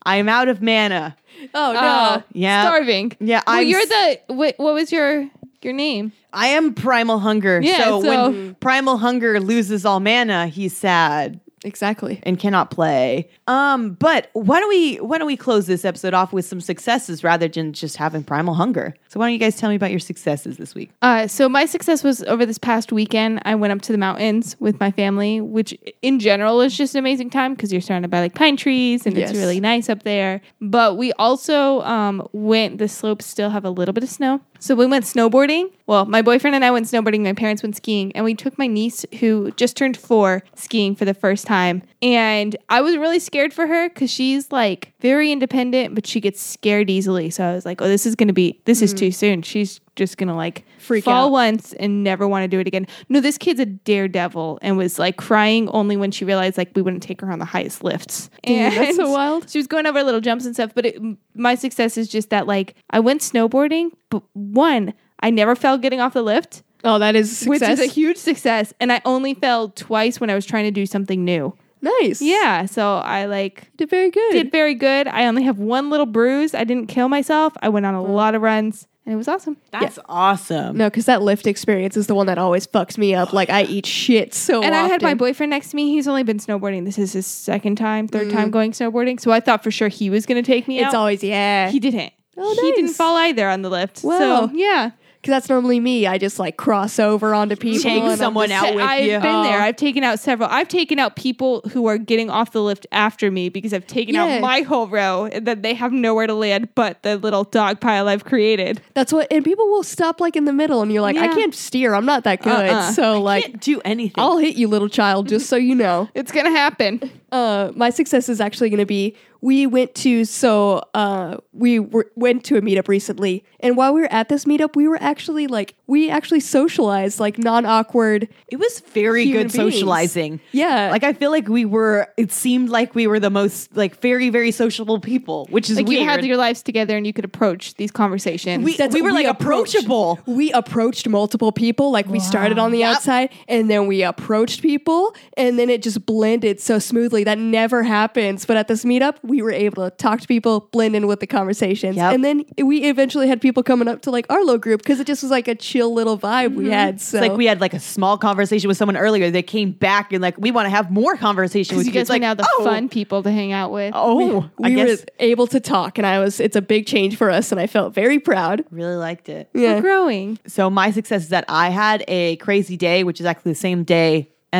I'm out of mana.
Oh no.
Oh,
Yeah.
starving.
Yeah,
well,
I'm
you're
s-
the. What, what was your your name?
I am primal hunger.
Yeah,
so,
so-
when primal hunger loses all mana, he's sad.
Exactly.
and cannot play. Um, but why don't we why don't we close this episode off with some successes rather than just having primal hunger? So why don't you guys tell me about your successes this week?
Uh, so my success was over this past weekend. I went up to the mountains with my family, which in general is just an amazing time because you're surrounded by like pine trees and
Yes.
it's really nice up there. But we also um, went. The slopes still have a little bit of snow, so we went snowboarding. Well, my boyfriend and I went snowboarding. My parents went skiing, and we took my niece who just turned four skiing for the first time. And I was really scared for her because she's like very independent, but she gets scared easily. So I was like, oh, this is gonna be this is too soon. She's just gonna like
Freak
fall
out.
once and never want to do it again. No, this kid's a daredevil and was like crying only when she realized like we wouldn't take her on the highest lifts.
Damn, that's
And
so wild.
She was going over little jumps and stuff, but it, my success is just that like I went snowboarding, but one, I never fell getting off the lift,
Oh, that is a
which
success.
is a huge success, and I only fell twice when I was trying to do something new.
nice.
Yeah, so I like
You did very good.
did very good. I only have one little bruise. I didn't kill myself. I went on a lot of runs, and it was awesome.
That's awesome.
no, because that lift experience is the one that always fucks me up. Like I eat shit so.
and I had my
often.
boyfriend next to me. He's only been snowboarding. This is his second time, third time
Mm.
going snowboarding. So I thought for sure he was going to take me
It's
out.
always yeah.
he didn't.
Oh,
He didn't
nice.
fall either on the lift.
Wow.
So yeah,
Because that's normally me. I just like cross over onto people.
Take
and I'm
someone
just-
out with
I've
you.
been there.
Oh.
I've taken out several. I've taken out people who are getting off the lift after me because I've taken
Yeah.
out my whole row, and then they have nowhere to land but the little dog pile I've created.
That's what. And people will stop like in the middle, and you're like, I
Yeah.
can't steer. I'm not that good.
Uh-uh.
So
I
like,
can't do anything.
I'll hit you, little child, just so you know.
It's gonna happen.
uh, my success is actually going to be we went to so uh, we were, went to a meetup recently and while we were at this meetup we were actually like we actually socialized like non-awkward
it was very
Human
good
beings.
socializing.
yeah
Like I feel like we were it seemed like we were the most like very, very sociable people, which is
Like
weird.
you had your lives together, and you could approach these conversations.
we,
That's-
we were
we
like
approached-
approachable.
we approached multiple people like we started on the outside and then we approached people and then it just blended so smoothly that never happens but at this meetup we were able to talk to people blend in with the conversations
Yep.
and then we eventually had people coming up to like our little group because it just was like a chill little vibe we had so
Mm-hmm. It's like we had like a small conversation with someone earlier. They came back and like we want to have more conversation with
because you guys
It's
are
like,
now the
oh,
fun people to hang out with.
Oh, I
we
guess
were able to talk and i was it's a big change for us and i felt very proud
really liked it.
yeah
We're growing.
So my success is that I had a crazy day, which is actually the same day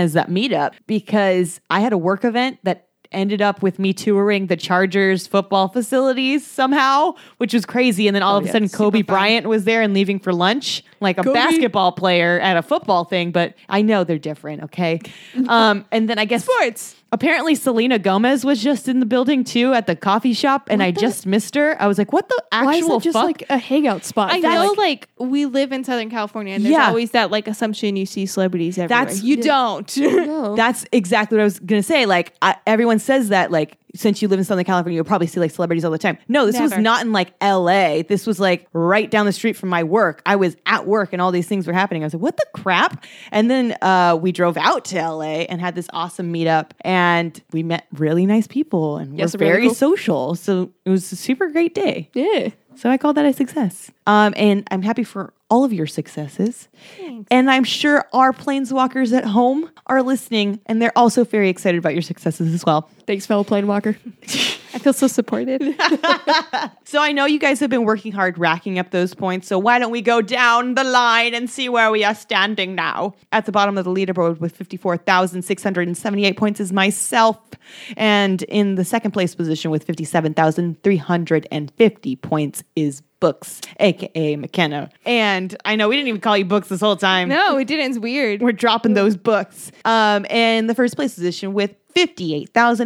as that meetup because I had a work event that ended up with me touring the Chargers football facilities somehow, which was crazy. And then
Oh,
all of a
yeah,
sudden
super
Kobe
fun.
Bryant was there and leaving for lunch, like a
Kobe.
basketball player at a football thing, but I know they're different, okay? um and then I guess
Sports.
Apparently, Selena Gomez was just in the building too at the coffee shop, and I just missed her. I was like, "What the
why is
actual
it just
fuck?"
like a hangout spot
I
That's-
know, like, we live in Southern California, and there's
Yeah.
always that like assumption you see celebrities everywhere.
That's-
you don't.
no.
That's exactly what I was gonna say. Like I, everyone says that, like since you live in Southern California, you'll probably see like celebrities all the time. No, this was
Never.
not in like L.A. This was like right down the street from my work. I was at work and all these things were happening. I was like, "What the crap?" And then uh, we drove out to L.A. and had this awesome meetup, and we met really nice people and
Yes,
we're
really
very
cool.
social. So it was a super great day.
yeah
So I call that a success. Um, and I'm happy for all of your successes. And I'm sure our planeswalkers at home are listening and they're also very excited about your successes as well.
thanks fellow plane walker
I feel so supported.
So I know you guys have been working hard racking up those points. So why don't we go down the line and see where we are standing now? At the bottom of the leaderboard with 54,678 points is myself. And in the second place position with 57,350 points is Books, aka McKenna. And I know we didn't even call you Books this whole time.
no, it didn't. It's weird.
We're dropping those books. Um, and the first place position with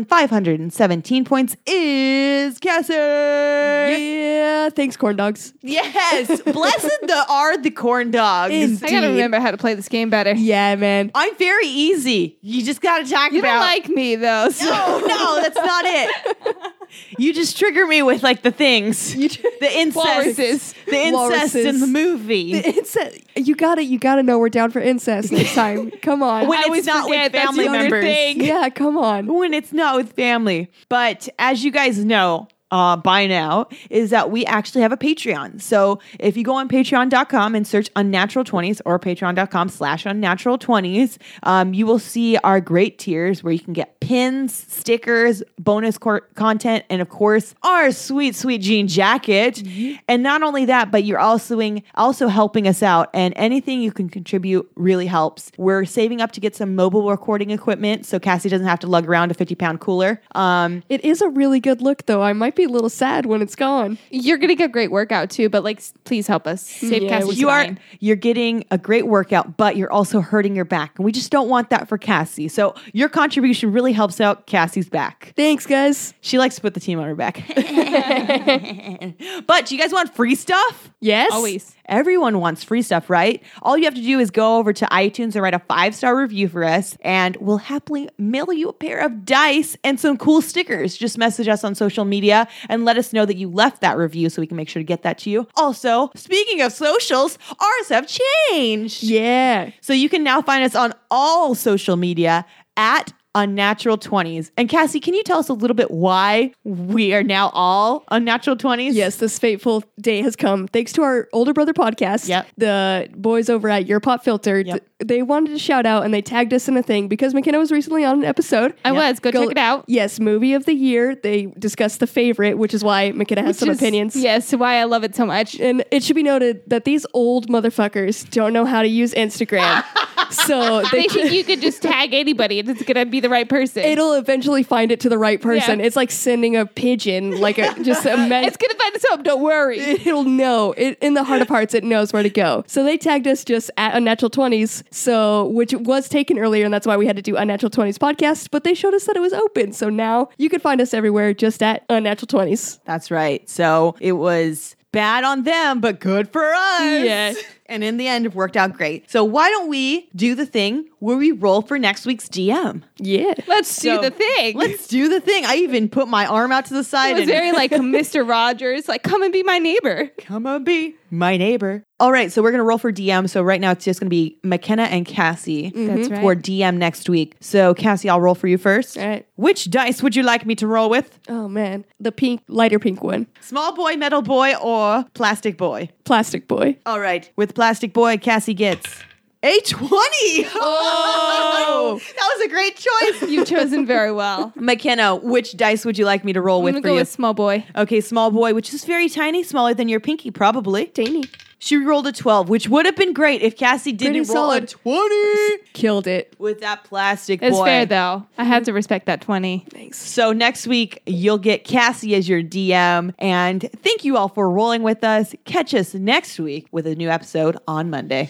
58,517 points is Cassie.
yeah thanks corn dogs
Yes, blessed the are the corn dogs.
Indeed.
I gotta remember how to play this game better.
yeah man
I'm very easy. You just gotta talk
You don't
about.
like me though. So.
no, no, that's not it. You just trigger me with like the things, the incest,
Walruses.
the incest in
Walruses.
the movie.
incest you gotta you gotta know we're down for incest next time come on
when
I
it's
always
not with
forget, that's
family
the other
members.
thing.
yeah come on
when it's not with family. But as you guys know, uh, by now is that we actually have a Patreon. So if you go on patreon.com and search unnatural20s or patreon.com slash unnatural20s, um, you will see our great tiers where you can get pins, stickers, bonus cor- content, and of course, our sweet, sweet jean jacket. And not only that, but you're also, in- also helping us out. And anything you can contribute really helps. We're saving up to get some mobile recording equipment so Cassie doesn't have to lug around a 50 pound cooler. Um,
It is a really good look, though. I might be a little sad when it's gone.
You're gonna get a great workout too, but like, s- please help us save
Yeah,
Cassie's
we-
you are
mind.
you're getting a great workout, but you're also hurting your back, and we just don't want that for Cassie. So your contribution really helps out Cassie's back.
Thanks, guys.
She likes to put the team on her back. but do you guys want free stuff?
Yes.
always.
Everyone wants free stuff, right? All you have to do is go over to iTunes and write a five star review for us, and we'll happily mail you a pair of dice and some cool stickers. Just message us on social media and let us know that you left that review so we can make sure to get that to you. Also, speaking of socials, ours have changed.
Yeah.
So you can now find us on all social media at Unnatural 20s. And Cassie, can you tell us a little bit why we are now all Unnatural 20s?
Yes, this fateful day has come. Thanks to our older brother podcast,
Yep.
the boys over at Your Pop Filter, th-
Yep.
they wanted to shout out and they tagged us in a thing because McKenna was recently on an episode.
I was go, check it out.
Yes, movie of the year. They discussed the favorite, which is why McKenna has some
Just-
opinions.
Yes, why I love it so much.
And it should be noted that these old motherfuckers don't know how to use Instagram. so
They
they
think you could just tag anybody and it's gonna be the right person.
it'll eventually find it to the right person.
Yeah.
It's like sending a pigeon, like a just a men-
it's gonna find us home. Don't worry.
it'll know it in the heart of hearts it knows where to go so they tagged us just at unnatural 20s so which was taken earlier and that's why we had to do unnatural 20s podcast but they showed us that it was open so now you can find us everywhere just at unnatural 20s
That's right. So it was bad on them, but good for us.
Yeah.
And in the end, it worked out great. So why don't we do the thing where we roll for next week's DM?
yeah
Let's
So-
do the thing.
Let's do the thing. I even put my arm out to the side.
It was
and-
very like Mr. Rogers, like come and be my neighbor.
Come on, be my neighbor. All right, so we're gonna roll for DM. So right now it's just gonna be McKenna and Cassie
Mm-hmm. That's right.
for DM next week. So Cassie, I'll roll for you first.
all right
Which dice would you like me to roll with?
oh man the pink lighter pink one
Small boy, metal boy, or plastic boy?
plastic boy
All right, with plastic boy, Cassie gets a twenty. Oh, that was a great choice.
You've chosen very well.
McKenna, which dice would you like me to roll
I'm
with
gonna
for
go
you?
with small boy.
okay, small boy, which is very tiny, smaller than your pinky, probably.
Danny
She rolled a 12, which would have been great if Cassie didn't
Pretty
roll
solid.
a 20
killed it
with that plastic
It's
boy.
fair though. I had to respect that twenty.
thanks
So next week, you'll get Cassie as your DM. And thank you all for rolling with us. Catch us next week with a new episode on Monday.